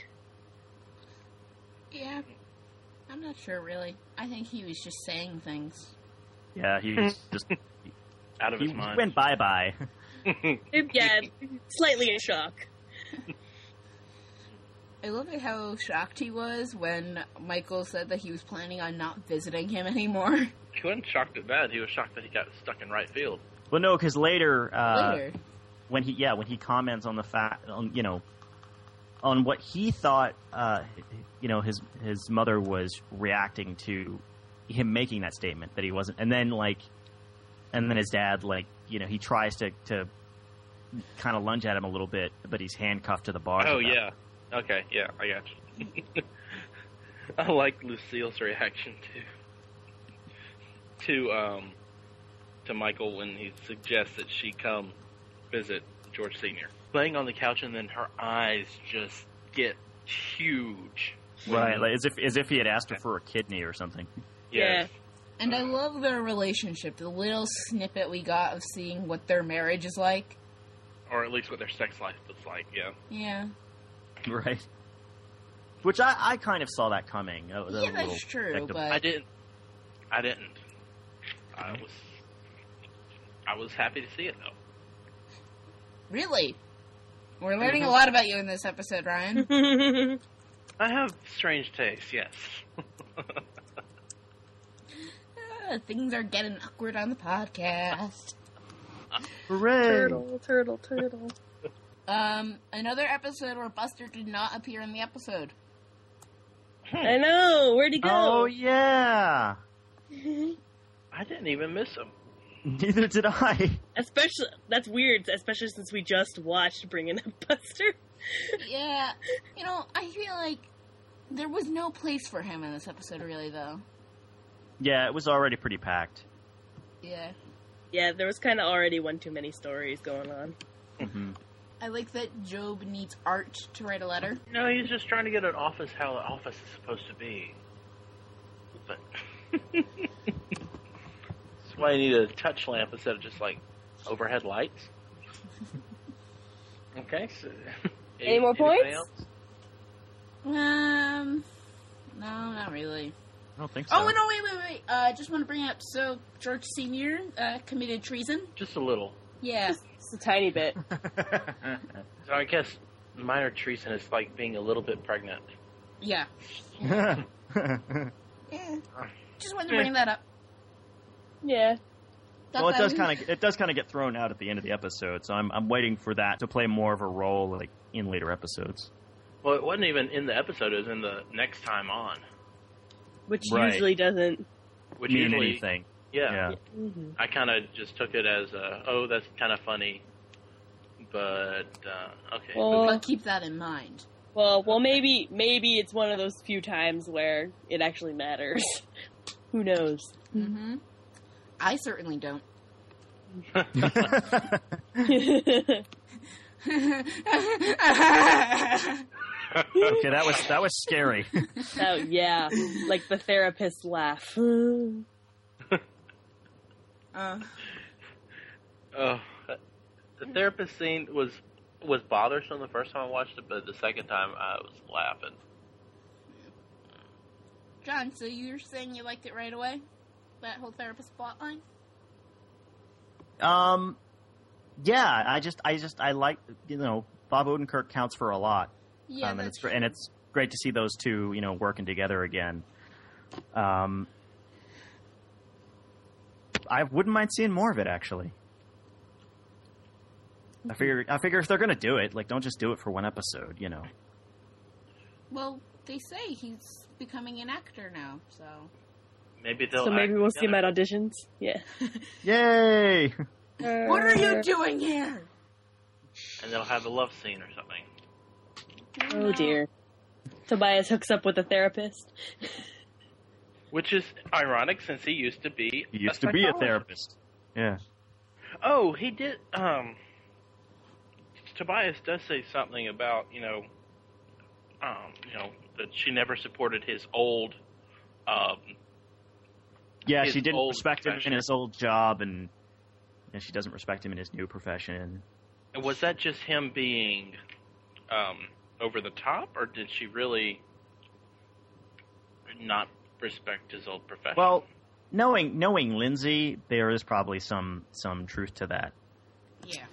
[SPEAKER 2] Yeah. I'm not sure, really. I think he was just saying things. [laughs]
[SPEAKER 5] Yeah, he was just
[SPEAKER 4] out of
[SPEAKER 5] he
[SPEAKER 4] his mind. [laughs]
[SPEAKER 5] went bye bye.
[SPEAKER 6] Yeah, slightly in shock. [laughs]
[SPEAKER 2] I love it how shocked he was when Michael said that he was planning on not visiting him [laughs] anymore.
[SPEAKER 4] he wasn't shocked at that. He was shocked that he got stuck in right field.
[SPEAKER 5] Well, no, because later, uh,
[SPEAKER 2] Later.
[SPEAKER 5] when he yeah when he comments on the fact on you know on what he thought uh, you know his his mother was reacting to him making that statement that he wasn't and then like and then his dad like you know he tries to to kind of lunge at him a little bit but he's handcuffed to the bar
[SPEAKER 4] Oh yeah. Okay. Yeah, I got you. [laughs] I like Lucille's reaction to to um to Michael when he suggests that she come visit George Senior. Laying on the couch and then her eyes just get huge.
[SPEAKER 5] right like, as if as if he had asked her for a kidney or something [laughs]
[SPEAKER 4] Yes.
[SPEAKER 2] And I love their relationship. The little snippet we got of seeing what their marriage is like.
[SPEAKER 4] Or at least what their sex life was like. Yeah.
[SPEAKER 2] Yeah.
[SPEAKER 5] right which I, I kind of saw that coming That was a
[SPEAKER 2] Yeah, that's
[SPEAKER 5] little
[SPEAKER 2] true,
[SPEAKER 5] detective-
[SPEAKER 2] but-
[SPEAKER 4] I didn't. I didn't. I was. I was happy to see it though.
[SPEAKER 2] Really? We're learning a lot about you in this episode,
[SPEAKER 6] [laughs]
[SPEAKER 2] Ryan.
[SPEAKER 4] I have strange taste. Yes.
[SPEAKER 2] Ah, Things are getting awkward on the podcast.
[SPEAKER 5] Hooray!
[SPEAKER 6] Turtle, turtle, turtle.
[SPEAKER 2] Um, another episode where Buster did not appear in the episode.
[SPEAKER 4] Hmm.
[SPEAKER 6] I know. Where'd he go?
[SPEAKER 5] oh yeah
[SPEAKER 4] I didn't even miss him.
[SPEAKER 5] [laughs] neither did i
[SPEAKER 6] Especially that's weird, especially since we just watched Bringing Up Buster.
[SPEAKER 2] Yeah, you know, I feel like there was no place for him in this episode, really, though.
[SPEAKER 5] yeah it was already pretty packed
[SPEAKER 2] Yeah.
[SPEAKER 6] Yeah, there was kind of already one too many stories going on.
[SPEAKER 5] hmm
[SPEAKER 2] I like that Job needs art to write a letter.
[SPEAKER 4] No, he's just trying to get an office how an office is supposed to be. But [laughs] that's why you need a touch lamp instead of just like overhead lights. [laughs] Okay. So,
[SPEAKER 7] [laughs] Any more
[SPEAKER 4] anything
[SPEAKER 7] points?
[SPEAKER 4] else?
[SPEAKER 2] Um, no, not really.
[SPEAKER 5] i don't think so
[SPEAKER 2] Oh, no, wait, wait, wait. Uh, I just want to bring up, so George Sr. Uh, committed treason.
[SPEAKER 4] Just a little.
[SPEAKER 2] Yeah.
[SPEAKER 6] Just a tiny bit.
[SPEAKER 4] So I guess minor treason is like being a little bit pregnant.
[SPEAKER 2] Yeah.
[SPEAKER 5] [laughs] Mm.
[SPEAKER 2] Yeah. Just wanted to bring that up.
[SPEAKER 6] [laughs] yeah.
[SPEAKER 2] Thought
[SPEAKER 5] Eh. well, it
[SPEAKER 2] that
[SPEAKER 5] does
[SPEAKER 2] was-
[SPEAKER 5] kind of it does kind of get thrown out at the end of the episode, so I'm I'm waiting for that to play more of a role like in later episodes.
[SPEAKER 4] Well, it wasn't even in the episode. It was in the next time on,
[SPEAKER 6] Which
[SPEAKER 5] Right.
[SPEAKER 6] usually doesn't.
[SPEAKER 4] which
[SPEAKER 5] Mean
[SPEAKER 4] usually,
[SPEAKER 5] anything?
[SPEAKER 4] yeah,
[SPEAKER 5] Yeah.
[SPEAKER 6] Mhm.
[SPEAKER 4] I kind of just took it as, a, oh, that's kind of funny, but uh, okay.
[SPEAKER 6] Well,
[SPEAKER 2] But keep that in mind.
[SPEAKER 6] well, well, maybe, maybe it's one of those few times where it actually matters. [laughs] Who knows?
[SPEAKER 5] [laughs]
[SPEAKER 2] Mm-hmm. I certainly don't. [laughs]
[SPEAKER 6] That's
[SPEAKER 2] yeah.
[SPEAKER 5] [laughs] Okay, that was that was scary.
[SPEAKER 6] Oh yeah, like the
[SPEAKER 5] [laughs]
[SPEAKER 6] therapist laugh. Well,
[SPEAKER 2] Uh,
[SPEAKER 4] Oh, the therapist scene was was bothersome the first time I watched it, but the second time I was laughing.
[SPEAKER 2] John, so you're saying you liked it right away? That whole therapist plot line?
[SPEAKER 5] [laughs] Um, yeah, I just I just I like you know Bob Odenkirk counts for a lot,
[SPEAKER 2] Yeah,
[SPEAKER 5] um, and
[SPEAKER 2] that's
[SPEAKER 5] it's gr- and it's great to see those two you know working together again. Um, I wouldn't mind seeing more of it actually. I figure I figure if they're gonna do it, like don't just do it for one episode, you know.
[SPEAKER 2] Well, they say he's becoming an actor now, so.
[SPEAKER 4] Maybe they'll.
[SPEAKER 6] so maybe
[SPEAKER 4] act
[SPEAKER 6] we'll see him at
[SPEAKER 4] together.
[SPEAKER 6] auditions. [laughs] Yeah.
[SPEAKER 5] Yay!
[SPEAKER 2] What are you doing here?
[SPEAKER 4] and they'll have a love scene or something.
[SPEAKER 6] Oh dear. Tobias hooks up with a therapist.
[SPEAKER 4] Which is ironic since he used to be
[SPEAKER 5] He used to be a
[SPEAKER 4] psychologist.
[SPEAKER 5] therapist. Yeah.
[SPEAKER 4] Oh, he did. Um, Tobias does say something about you know, um, you know that she never supported his old. Um,
[SPEAKER 5] Yeah,
[SPEAKER 4] His
[SPEAKER 5] she didn't
[SPEAKER 4] old
[SPEAKER 5] respect him
[SPEAKER 4] profession.
[SPEAKER 5] in his old job, and, and she doesn't respect him in his new profession.
[SPEAKER 4] was that just him being um, over the top, or did she really not respect his old profession?
[SPEAKER 5] Well, knowing knowing Lindsay, there is probably some some truth to that.
[SPEAKER 2] Yeah.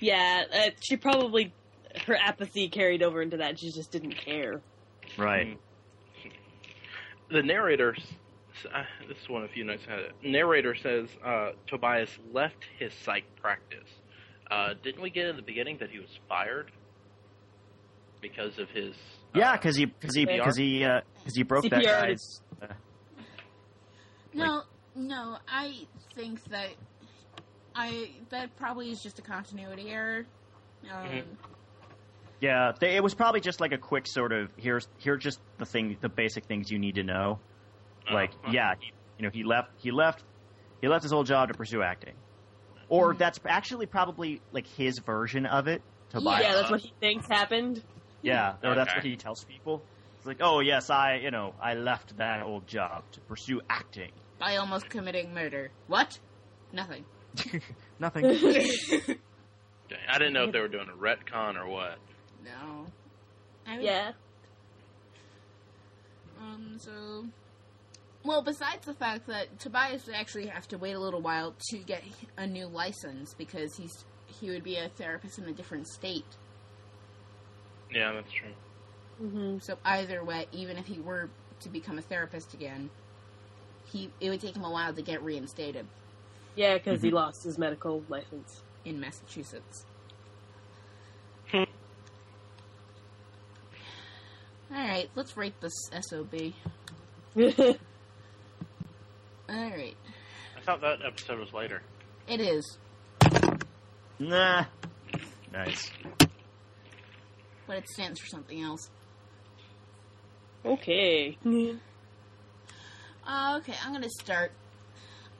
[SPEAKER 6] Yeah, uh, she probably her apathy carried over into that. She just didn't care.
[SPEAKER 5] Right.
[SPEAKER 4] the narrator s- uh, this is one of the few notes I had. Narrator says uh, Tobias left his psych practice. Uh, didn't we get in the beginning that he was fired because of his? uh,
[SPEAKER 5] Yeah, because he because he
[SPEAKER 4] CPR?
[SPEAKER 5] because he uh 'cause he broke that
[SPEAKER 6] CPR.
[SPEAKER 5] guy's. Uh,
[SPEAKER 2] No, no, I think that I that probably is just a continuity error. Um,
[SPEAKER 5] Mm-hmm.
[SPEAKER 4] Mhm.
[SPEAKER 5] yeah, they, it was probably just like a quick sort of here's here's just the thing the basic things you need to know. Like
[SPEAKER 4] Uh,
[SPEAKER 5] yeah, he, you know he left he left he left his whole job to pursue acting, or that's actually probably like his version of it. Tobias.
[SPEAKER 6] Yeah, that's what he thinks happened.
[SPEAKER 5] Yeah, or that's what
[SPEAKER 4] Okay.
[SPEAKER 5] he tells people. It's like, oh yes, I you know I left that old job to pursue acting.
[SPEAKER 2] By almost committing murder. What? Nothing.
[SPEAKER 5] Nothing.
[SPEAKER 4] okay. I didn't know if they were doing a retcon or what.
[SPEAKER 2] No. I mean,
[SPEAKER 6] [laughs] yeah.
[SPEAKER 2] Um, so. Well, besides the fact that Tobias would actually have to wait a little while to get a new license because he's he would be a therapist in a different state.
[SPEAKER 4] Yeah, that's true.
[SPEAKER 6] Mm-hmm.
[SPEAKER 2] So either way, even if he were to become a therapist again, he it would take him a while to get reinstated
[SPEAKER 6] Yeah, because he lost his medical license.
[SPEAKER 2] in Massachusetts. All right, let's rate this SOB. All right.
[SPEAKER 4] I thought that episode was later.
[SPEAKER 2] It is,
[SPEAKER 5] nah. Nice.
[SPEAKER 2] but it stands for something else.
[SPEAKER 6] okay.
[SPEAKER 2] Uh, okay, I'm gonna start.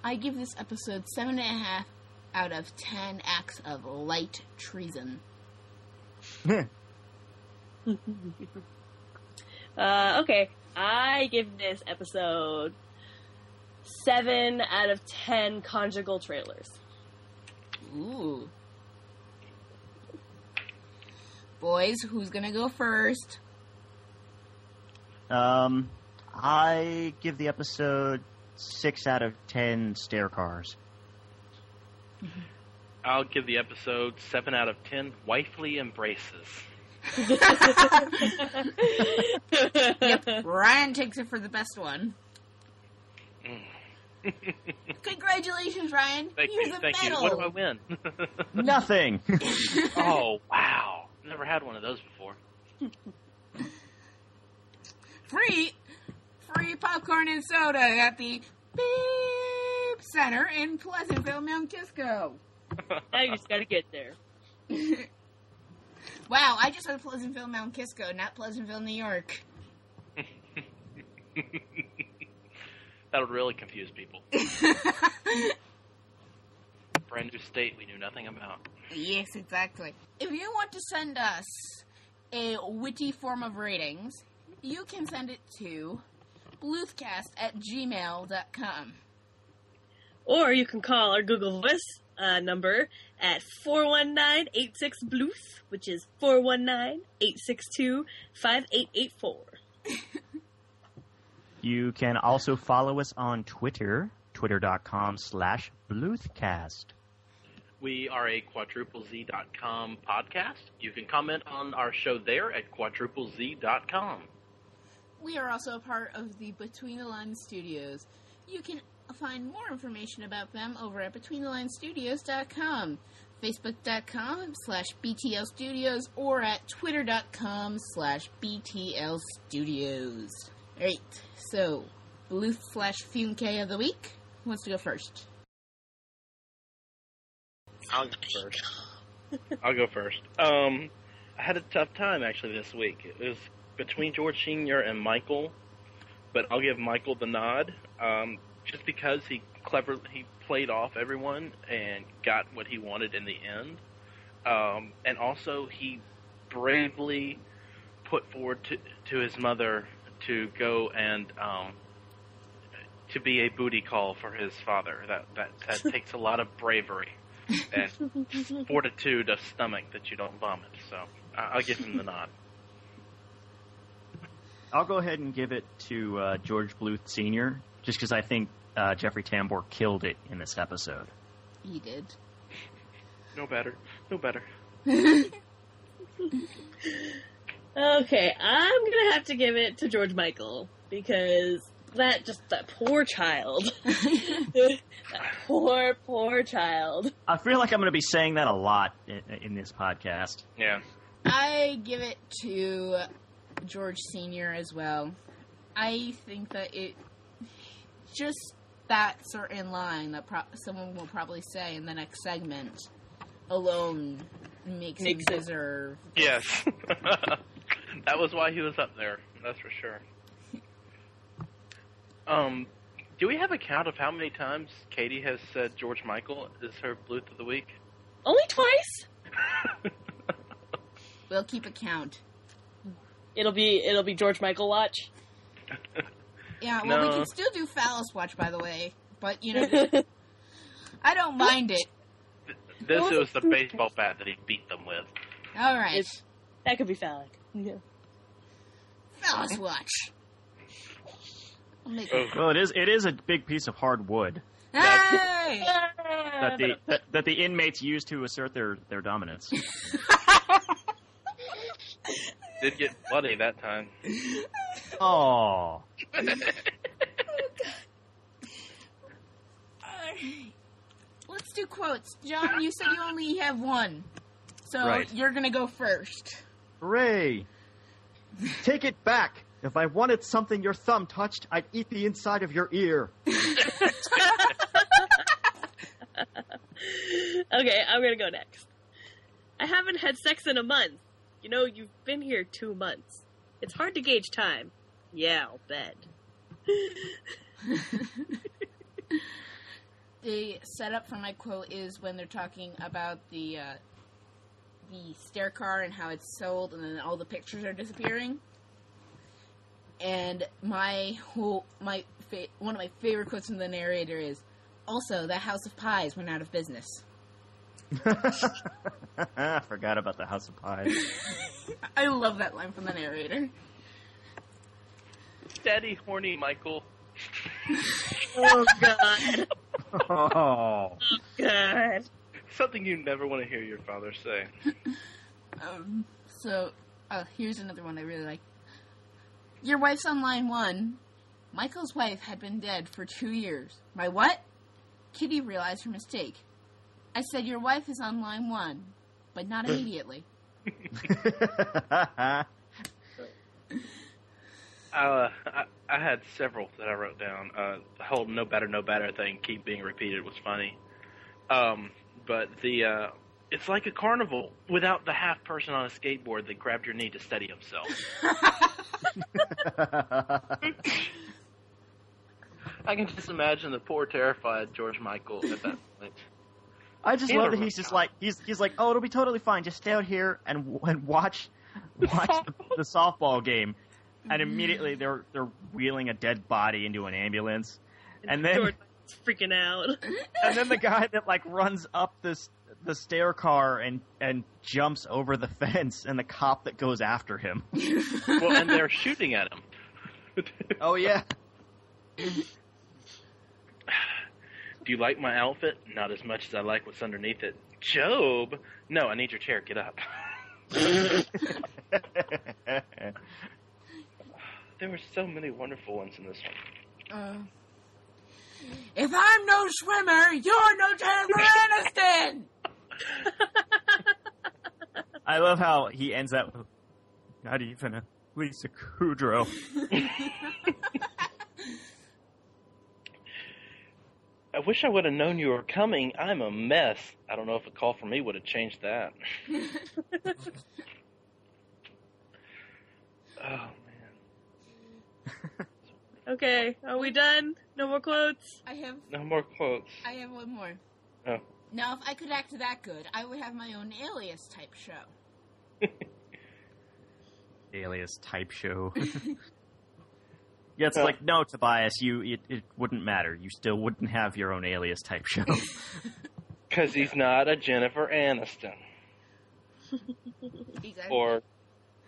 [SPEAKER 2] I give this episode seven and a half out of ten acts of light treason.
[SPEAKER 6] uh, okay, I give this episode seven out of ten conjugal trailers.
[SPEAKER 2] Ooh. Boys, who's gonna go
[SPEAKER 4] [laughs]
[SPEAKER 2] first?
[SPEAKER 5] Um, I give the episode six out of ten stair cars.
[SPEAKER 4] I'll give the episode seven out of ten wifely embraces.
[SPEAKER 2] Ryan takes it for the best one.
[SPEAKER 4] [laughs]
[SPEAKER 2] Congratulations, Ryan!
[SPEAKER 4] Mm. Thank
[SPEAKER 2] Here's
[SPEAKER 4] you,
[SPEAKER 2] a
[SPEAKER 4] thank
[SPEAKER 2] medal.
[SPEAKER 4] you. What do I win?
[SPEAKER 5] [laughs] Nothing.
[SPEAKER 4] oh wow! Never had one of those before.
[SPEAKER 2] Free, free popcorn and soda at the Beep Center in Pleasantville, Mount Kisco.
[SPEAKER 6] now you just gotta get there.
[SPEAKER 2] Wow, I just said Pleasantville, Mount Kisco, not Pleasantville, New York.
[SPEAKER 4] That'll really confuse people. Brand new state we knew nothing about.
[SPEAKER 2] Yes, exactly. If you want to send us a witty form of ratings, you can send it to bluthcast at gmail.com.
[SPEAKER 6] Or you can call our Google Voice uh, number at 419-86-BLUES, which is 419-862-5884.
[SPEAKER 5] you can also follow us on Twitter, twitter.com slash bluthcast.
[SPEAKER 4] We are a quadruplez.com podcast. You can comment on our show there at quadruplez.com.
[SPEAKER 2] We are also a part of the Between the Lines Studios. You can find more information about them over at BetweenTheLinesStudios.com, Facebook.com slash BTL Studios, or at Twitter.com slash BTL Studios. Alright, so Bluth slash Fume K of the week Who wants to go first.
[SPEAKER 4] I'll go first. I'll go first. Um, I had a tough time actually this week. It was between George Senior and Michael, but I'll give Michael the nod um, just because he clever he played off everyone and got what he wanted in the end, um, and also he bravely put forward to to his mother to go and. Um, to be a booty call for his father. That that, that takes a lot of bravery and fortitude of stomach that you don't vomit. So I- I'll give him the nod.
[SPEAKER 5] I'll go ahead and give it to uh, George Bluth Sr., just because I think uh, Jeffrey Tambor killed it in this episode.
[SPEAKER 2] He did.
[SPEAKER 4] [laughs] No better. No better.
[SPEAKER 6] Okay, I'm gonna have to give it to George Michael because that just that poor child. that poor, poor child.
[SPEAKER 5] I feel like I'm going to be saying that a lot in, in this podcast.
[SPEAKER 4] Yeah.
[SPEAKER 2] I give it to George Senior as well. I think that it just that certain line that pro- someone will probably say in the next segment alone makes him
[SPEAKER 8] Makes it-
[SPEAKER 2] deserve.
[SPEAKER 4] Yes. [laughs] that was why he was up there. That's for sure. Um, do we have a count of how many times Katie has said George Michael is her Bluth of the Week?
[SPEAKER 6] Only twice.
[SPEAKER 2] We'll keep a count.
[SPEAKER 6] It'll be it'll be George Michael watch. [laughs]
[SPEAKER 2] Yeah, well, we
[SPEAKER 4] No.
[SPEAKER 2] can still do Phallus Watch, by the way. But, you know, I don't mind it.
[SPEAKER 4] This
[SPEAKER 6] What?
[SPEAKER 4] was the baseball bat that he beat them with.
[SPEAKER 2] All right.
[SPEAKER 6] It's- that could be phallic. Yeah.
[SPEAKER 2] Phallus Watch. I'll make-
[SPEAKER 4] Oh.
[SPEAKER 5] Well, it is it is a big piece of hard wood
[SPEAKER 2] Hey!
[SPEAKER 5] that the that, that the inmates use to assert their their [laughs] dominance.
[SPEAKER 4] Did get bloody that time.
[SPEAKER 5] Oh,
[SPEAKER 2] Alright. Let's do quotes. John, you said you only have one. So
[SPEAKER 5] Right.
[SPEAKER 2] you're going to go first.
[SPEAKER 5] hooray! Take it back. If I wanted something your thumb touched, I'd eat the inside of your ear. [laughs]
[SPEAKER 6] okay, I'm gonna go next. I haven't had sex in a month. You know, you've been here two months. It's hard to gauge time. Yeah, I'll bet.
[SPEAKER 2] The setup for my quote is when they're talking about the uh, the stair car and how it's sold, and then all the pictures are disappearing. And my whole my fa- one of my favorite quotes from the narrator is also the House of Pies went out of business.
[SPEAKER 5] I forgot about the House of Pies.
[SPEAKER 2] I love that line from the narrator.
[SPEAKER 4] Daddy horny Michael.
[SPEAKER 6] Oh god. [laughs]
[SPEAKER 5] Oh, [laughs]
[SPEAKER 6] god.
[SPEAKER 4] Something you never want to hear your father say.
[SPEAKER 2] Um, so, uh, here's another one I really like. Your wife's on line one. Michael's wife had been dead for two years. My what? Kitty realized her mistake. I said, Your wife is on line one, but not immediately.
[SPEAKER 4] Uh, I, I had several that I wrote down. Uh, the whole "no better, no better" thing keep being repeated was funny. Um, but the uh, it's like a carnival without the half person on a skateboard that grabbed your knee to steady himself. [laughs] I can just imagine the poor, terrified George Michael at that point.
[SPEAKER 5] I just
[SPEAKER 4] Either
[SPEAKER 5] love that
[SPEAKER 4] way.
[SPEAKER 5] he's just like he's he's like, oh, it'll be totally fine. Just stay out here and w- and watch watch the, the softball game, and immediately they're they're wheeling a dead body into an ambulance, and then
[SPEAKER 6] George Michael's freaking out.
[SPEAKER 5] and then the guy that like runs up this the stair car and and jumps over the [laughs] fence, and the cop that goes after him.
[SPEAKER 4] Well, and they're shooting at him.
[SPEAKER 5] Oh yeah,
[SPEAKER 4] Do you like my outfit? Not as much as I like what's underneath it. Job? No, I need your chair. Get up. [laughs] There were so many wonderful ones in this one.
[SPEAKER 2] Uh, if I'm no swimmer, you're no Jennifer Aniston!
[SPEAKER 5] [laughs] I love how he ends up. with, Not even a Lisa Kudrow.
[SPEAKER 4] I wish I would have known you were coming. I'm a mess. I don't know if a call from me would have changed
[SPEAKER 2] [laughs]
[SPEAKER 4] that. oh man.
[SPEAKER 6] Okay, are we done? No more quotes?
[SPEAKER 2] I have,
[SPEAKER 4] No more quotes.
[SPEAKER 2] I have one more.
[SPEAKER 4] Oh.
[SPEAKER 2] Now, if I could act that good, I would have my own alias type show.
[SPEAKER 5] alias type show. [laughs] yeah, it's like no, Tobias, you it, it wouldn't matter. You still wouldn't have your own alias type [laughs] show.
[SPEAKER 4] Cuz he's not a Jennifer Aniston
[SPEAKER 2] Exactly.
[SPEAKER 4] or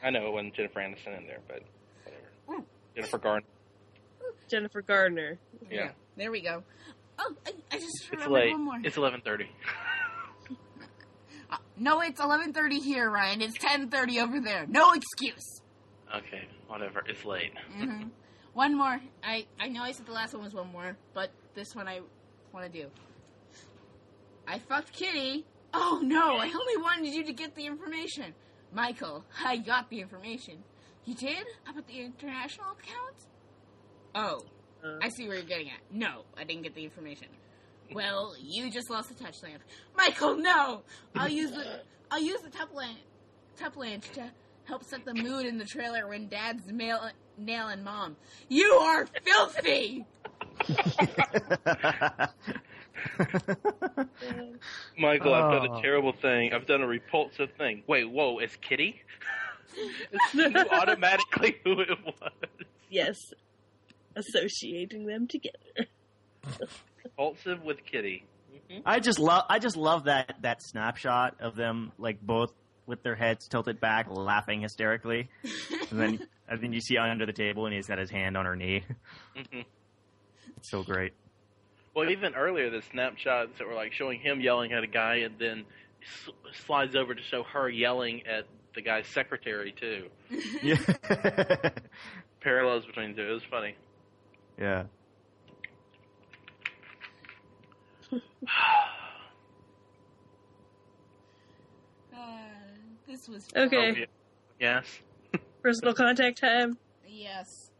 [SPEAKER 4] I know it wasn't Jennifer Aniston in there, but whatever.
[SPEAKER 2] Hmm.
[SPEAKER 4] Jennifer Garner.
[SPEAKER 6] Jennifer Gardner.
[SPEAKER 4] Yeah.
[SPEAKER 2] There we go. Oh, I, I just
[SPEAKER 4] It's
[SPEAKER 2] remembered
[SPEAKER 4] late.
[SPEAKER 2] one more.
[SPEAKER 4] It's 11:30.
[SPEAKER 2] Uh, no, it's 11:30 here, Ryan. It's 10:30 over there. No excuse.
[SPEAKER 4] Okay, whatever. It's late.
[SPEAKER 2] hmm One more. I I know I said the last one was one more, but this one I want to do. I fucked Kitty. Oh no! I only wanted you to get the information, Michael. I got the information. You did about the international accounts? Oh, I see where you're getting at. No, I didn't get the information. Well, you just lost the touch lamp, Michael. No, I'll use the I'll use the top lamp top lamp to help set the mood in the trailer when Dad's mail nailing Mom. You are filthy.
[SPEAKER 4] Michael, I've done
[SPEAKER 5] Oh.
[SPEAKER 4] a terrible thing. I've done a repulsive thing. Wait, whoa, it's [laughs] Kitty? you knew automatically who it was.
[SPEAKER 6] [laughs] Yes. Associating them together.
[SPEAKER 4] Repulsive with Kitty.
[SPEAKER 5] I just love I just love that that snapshot of them like both with their heads tilted back, laughing hysterically, and
[SPEAKER 6] [laughs]
[SPEAKER 5] then and then you see under the table and he's got his hand on her knee. [laughs]
[SPEAKER 4] Mhm.
[SPEAKER 5] It's so
[SPEAKER 6] [laughs]
[SPEAKER 5] great.
[SPEAKER 4] Well, even earlier, the snapshots that were like showing him yelling at a guy, and then s- slides over to show her yelling at the guy's secretary too.
[SPEAKER 5] Yeah, [laughs]
[SPEAKER 4] Parallels between the two. It was funny.
[SPEAKER 5] yeah.
[SPEAKER 2] Uh, this was fun.
[SPEAKER 6] Okay.
[SPEAKER 4] Oh, yeah. Yes.
[SPEAKER 6] Personal contact time.
[SPEAKER 2] Yes.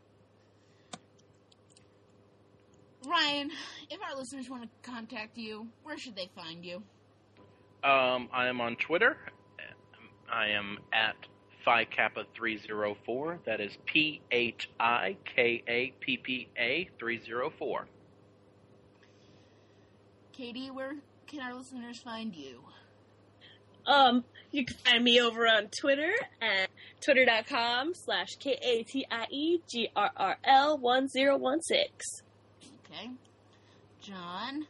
[SPEAKER 2] Ryan, if our listeners want to contact you, where should they find you?
[SPEAKER 4] Um, I am on Twitter. I am at Phi Kappa 304. That is P H I K A P P A 304.
[SPEAKER 2] Katie, where can our listeners find you?
[SPEAKER 6] Um, you can find me over on Twitter at twitter.com slash E K-A-T-I-E-G-R-R-L 1016.
[SPEAKER 2] Okay. John,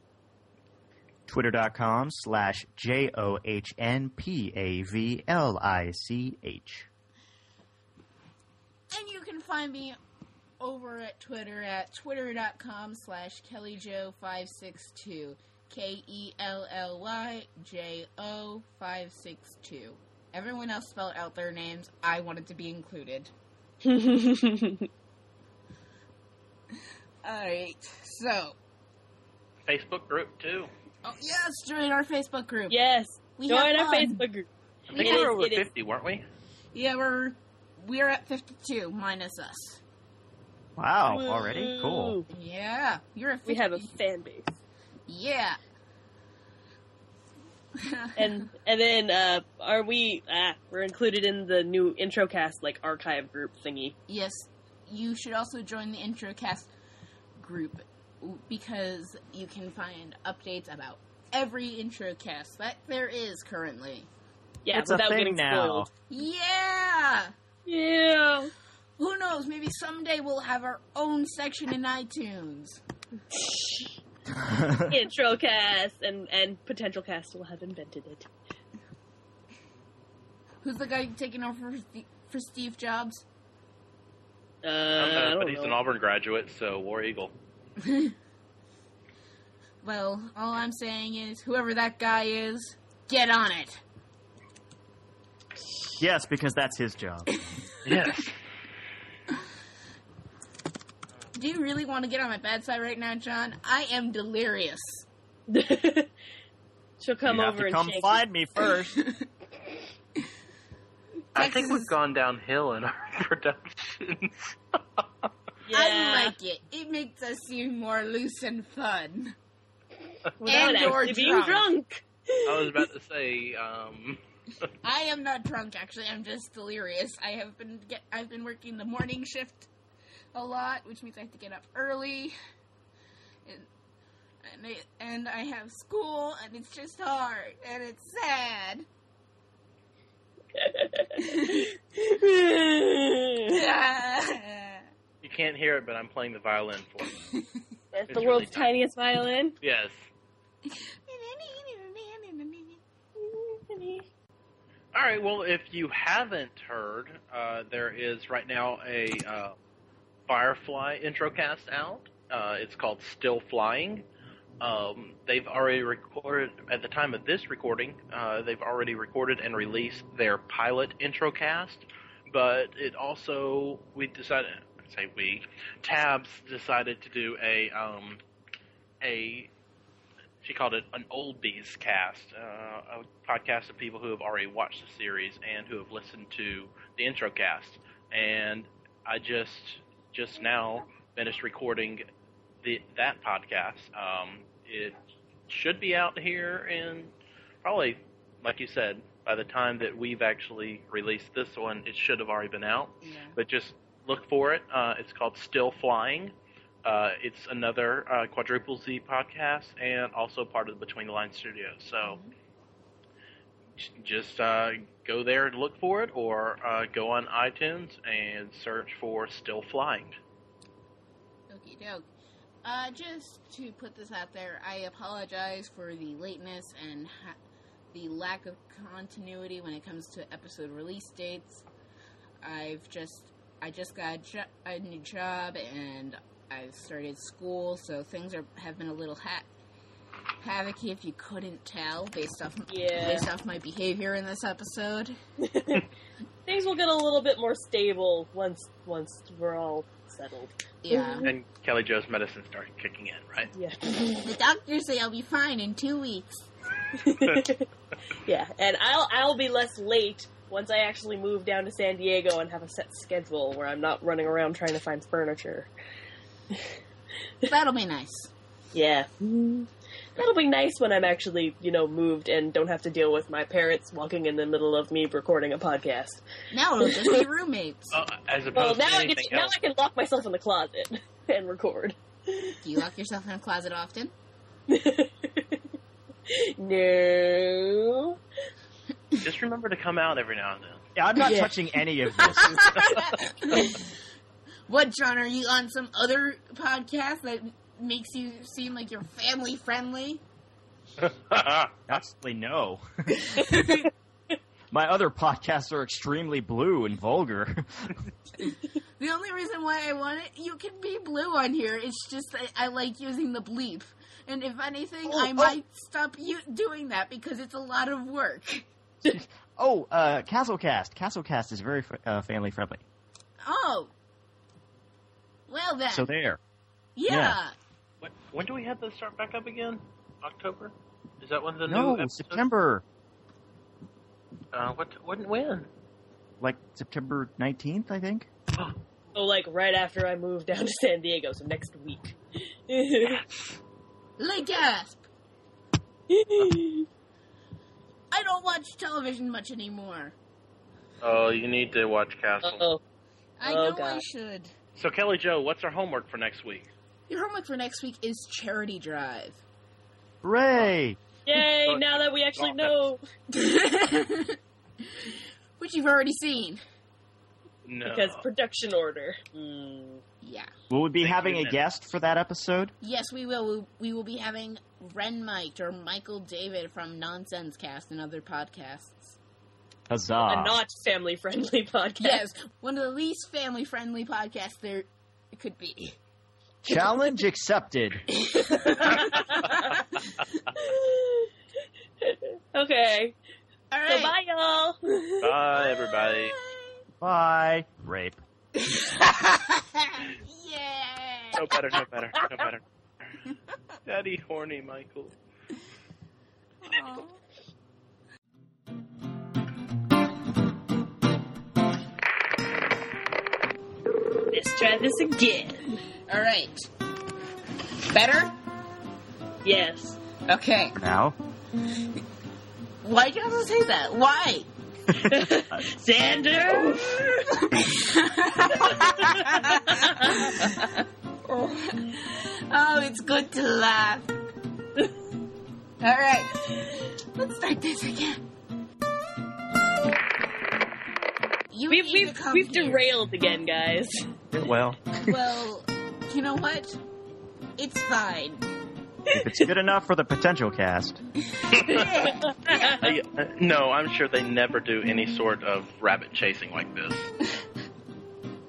[SPEAKER 5] Twitter.com slash J O H N P A V L I C H.
[SPEAKER 2] and you can find me over at Twitter at twitter.com slash kellyjo562. K E L L Y J O 562. Everyone else spelled out their names. I wanted to be included.
[SPEAKER 6] [laughs]
[SPEAKER 2] Alright, so.
[SPEAKER 4] Facebook group, too.
[SPEAKER 2] Oh, yes, join our Facebook group.
[SPEAKER 6] yes.
[SPEAKER 2] We
[SPEAKER 6] Join
[SPEAKER 2] have
[SPEAKER 6] our
[SPEAKER 2] fun.
[SPEAKER 6] Facebook group.
[SPEAKER 4] I think
[SPEAKER 6] It
[SPEAKER 4] we
[SPEAKER 6] is-
[SPEAKER 4] were over
[SPEAKER 6] it is-
[SPEAKER 4] 50, weren't we?
[SPEAKER 2] Yeah, we're we're at fifty two minus us.
[SPEAKER 5] Wow, Oh, already? Cool.
[SPEAKER 6] Woo.
[SPEAKER 2] Yeah, you're at 50.
[SPEAKER 6] We have a fan base.
[SPEAKER 2] yeah.
[SPEAKER 6] [laughs] And and then uh are we ah, we're included in the new introcast like archive group thingy.
[SPEAKER 2] yes, you should also join the Introcast group because you can find updates about every Introcast that there is currently.
[SPEAKER 6] Yeah,
[SPEAKER 5] It's a
[SPEAKER 6] without
[SPEAKER 5] thing
[SPEAKER 6] getting
[SPEAKER 5] now.
[SPEAKER 6] spoiled.
[SPEAKER 2] Yeah.
[SPEAKER 5] [laughs]
[SPEAKER 6] Yeah.
[SPEAKER 2] Who knows? Maybe someday we'll have our own section in iTunes.
[SPEAKER 6] Introcast and and potential cast will have invented it.
[SPEAKER 2] Who's the guy taking over for, Ste- for Steve Jobs?
[SPEAKER 6] Uh,
[SPEAKER 4] I'm
[SPEAKER 6] I
[SPEAKER 4] not,
[SPEAKER 6] don't
[SPEAKER 4] but he's
[SPEAKER 6] know.
[SPEAKER 4] an Auburn graduate, so War Eagle.
[SPEAKER 2] Well, all I'm saying is, whoever that guy is, get on it.
[SPEAKER 5] yes, because that's his job.
[SPEAKER 4] Yes.
[SPEAKER 2] Do you really want to get on my bad side right now, John? I am delirious.
[SPEAKER 6] [laughs] She'll come
[SPEAKER 5] you have
[SPEAKER 6] over
[SPEAKER 5] to
[SPEAKER 6] and
[SPEAKER 5] come
[SPEAKER 6] shake
[SPEAKER 5] find me first.
[SPEAKER 6] [laughs]
[SPEAKER 4] I think we've gone downhill in our [laughs] production.
[SPEAKER 6] it. Yeah.
[SPEAKER 2] I like it. It makes us seem more loose and fun.
[SPEAKER 6] Without
[SPEAKER 2] and or
[SPEAKER 6] actually being drunk.
[SPEAKER 4] I was about to say, um,
[SPEAKER 2] I am not drunk, actually. I'm just delirious. I have been get. I've been working the morning shift a lot, which means I have to get up early, and and I, and I have school, and it's just hard, and it's [laughs] sad.
[SPEAKER 6] [laughs]
[SPEAKER 4] you can't hear it, but I'm playing the violin for you.
[SPEAKER 6] That's the
[SPEAKER 4] really
[SPEAKER 6] world's
[SPEAKER 4] tiny.
[SPEAKER 6] tiniest violin.
[SPEAKER 4] Yes. All right. Well, if you haven't heard, uh, there is right now a uh, Firefly intro cast out. Uh, it's called Still Flying. Um, they've already recorded at the time of this recording. Uh, they've already recorded and released their pilot intro cast, but it also we decided say we, Tabs decided to do a um, a she called it an oldies cast, uh, a podcast of people who have already watched the series and who have listened to the intro cast. And I just just now finished recording the, that podcast. Um, it should be out here in probably, like you said, by the time that we've actually released this one, it should have already been out. But just look for it. Uh, it's called Still Flying. Uh, it's another uh, Quadruple Z podcast and also part of the Between the Lines Studio. So j- just uh, go there and look for it, or uh, go on iTunes and search for Still Flying.
[SPEAKER 2] Okie doke. Uh, just to put this out there, I apologize for the lateness and ha- the lack of continuity when it comes to episode release dates. I've just I just got a, jo- a new job and I've started school, so things are have been a little ha- havocy. If you couldn't tell, based off
[SPEAKER 6] Yeah.
[SPEAKER 2] based off my behavior in this episode.
[SPEAKER 6] Things will get a little bit more stable once once we're all settled.
[SPEAKER 2] Yeah.
[SPEAKER 4] And Kelly Joe's medicine started kicking in, right?
[SPEAKER 6] Yeah.
[SPEAKER 2] the doctors say I'll be fine in two weeks.
[SPEAKER 6] [laughs] Yeah, and I'll I'll be less late once I actually move down to San Diego and have a set schedule where I'm not running around trying to find furniture.
[SPEAKER 2] That'll be [laughs] nice.
[SPEAKER 6] Yeah. Mm-hmm. That'll be nice when I'm actually, you know, moved and don't have to deal with my parents walking in the middle of me recording a podcast.
[SPEAKER 2] Now it'll just be
[SPEAKER 4] [laughs]
[SPEAKER 2] roommates.
[SPEAKER 4] Uh, as opposed
[SPEAKER 6] Well,
[SPEAKER 4] to
[SPEAKER 6] now I,
[SPEAKER 4] anything
[SPEAKER 6] can, now
[SPEAKER 4] else.
[SPEAKER 6] I can lock myself in the closet [laughs] and record.
[SPEAKER 2] Do you lock yourself in a closet often?
[SPEAKER 6] No.
[SPEAKER 4] Just remember to come out every now and then.
[SPEAKER 5] Yeah, I'm not
[SPEAKER 6] Yeah.
[SPEAKER 5] touching any of
[SPEAKER 6] [laughs]
[SPEAKER 5] this.
[SPEAKER 2] What, John? Are you on some other podcast that makes you seem like you're family friendly?
[SPEAKER 5] Actually,
[SPEAKER 4] [laughs]
[SPEAKER 5] no. My other podcasts are extremely blue and vulgar.
[SPEAKER 2] The only reason why I want it, you can be blue on here. It's just that I like using the bleep. And if anything, I might stop you doing that because it's a lot of work.
[SPEAKER 5] Oh, uh, Castlecast. Castlecast is very f- uh, family friendly.
[SPEAKER 2] Oh. Well then.
[SPEAKER 5] So there.
[SPEAKER 2] yeah.
[SPEAKER 5] yeah.
[SPEAKER 4] When, when do we have to start back up again? October? Is that when the new
[SPEAKER 5] No,
[SPEAKER 4] episode?
[SPEAKER 5] September.
[SPEAKER 4] Uh, what? When? When?
[SPEAKER 5] Like September 19th, I think.
[SPEAKER 6] So, like, right after I move down [laughs] to San Diego, so next [laughs] week. Oh,
[SPEAKER 2] Like gasp. I don't watch television much anymore.
[SPEAKER 4] Oh, you need to watch Castle.
[SPEAKER 6] oh
[SPEAKER 2] I
[SPEAKER 6] Oh,
[SPEAKER 2] know I
[SPEAKER 6] God.
[SPEAKER 2] should.
[SPEAKER 4] So Kelly Joe, what's our homework for next week?
[SPEAKER 2] Your homework for next week is charity [laughs] drive.
[SPEAKER 5] Hooray!
[SPEAKER 4] Oh.
[SPEAKER 6] Yay, now that we actually know.
[SPEAKER 2] Which you've already seen.
[SPEAKER 4] No.
[SPEAKER 6] Because production order. Mm.
[SPEAKER 2] Yeah.
[SPEAKER 5] Will we be
[SPEAKER 4] Thank
[SPEAKER 5] having
[SPEAKER 4] you,
[SPEAKER 5] a
[SPEAKER 4] Ned.
[SPEAKER 5] guest for that episode?
[SPEAKER 2] Yes, we will. We will be having Ren Mike or Michael David from Nonsense Cast and other podcasts.
[SPEAKER 5] Huzzah.
[SPEAKER 6] A not family friendly [laughs] podcast.
[SPEAKER 2] Yes, one of the least family friendly podcasts there could be.
[SPEAKER 5] Challenge
[SPEAKER 4] [laughs]
[SPEAKER 5] accepted.
[SPEAKER 6] okay.
[SPEAKER 2] All
[SPEAKER 6] So,
[SPEAKER 2] right.
[SPEAKER 6] bye, y'all.
[SPEAKER 4] Bye, everybody.
[SPEAKER 5] Bye. Rape.
[SPEAKER 2] [laughs] yeah.
[SPEAKER 4] No better, no better,
[SPEAKER 6] [laughs]
[SPEAKER 4] no better. Daddy horny Michael.
[SPEAKER 6] Let's try this again.
[SPEAKER 2] All right. Better?
[SPEAKER 6] Yes.
[SPEAKER 2] Okay.
[SPEAKER 5] Now?
[SPEAKER 2] Why'd you have to say that? Why?
[SPEAKER 6] Xander!
[SPEAKER 2] Oh, it's good to laugh. All right. Let's start this again. You
[SPEAKER 6] We've,
[SPEAKER 2] need to
[SPEAKER 6] we've,
[SPEAKER 2] come
[SPEAKER 6] we've
[SPEAKER 2] here.
[SPEAKER 6] derailed again, guys.
[SPEAKER 5] Well,
[SPEAKER 2] Well, you know what? It's fine.
[SPEAKER 5] if it's good enough for the potential cast.
[SPEAKER 4] Hey, uh, no, I'm sure they never do any sort of rabbit chasing like this.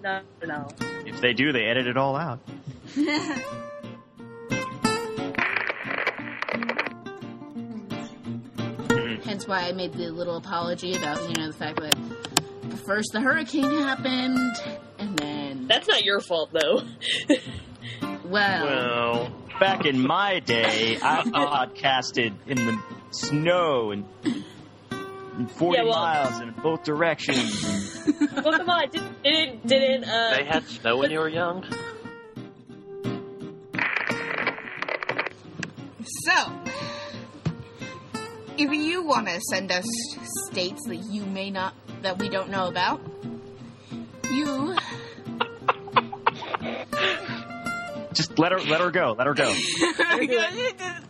[SPEAKER 6] no, no.
[SPEAKER 5] If they do, they edit it all out.
[SPEAKER 2] Hence why I made the little apology about, you know, the fact that first the hurricane happened, and then
[SPEAKER 6] That's not your fault, though. [laughs]
[SPEAKER 2] well,
[SPEAKER 4] Well,
[SPEAKER 5] Back in my day,
[SPEAKER 6] [laughs]
[SPEAKER 5] I podcasted in the snow and, and 40
[SPEAKER 6] Yeah, well-
[SPEAKER 5] miles in both directions.
[SPEAKER 6] well, come on, didn't didn't, didn't uh,
[SPEAKER 4] they had snow when you were young.
[SPEAKER 2] So, if you want to send us states that you may not, that we don't know about, you
[SPEAKER 5] Just let her let her go. Let her go.
[SPEAKER 2] you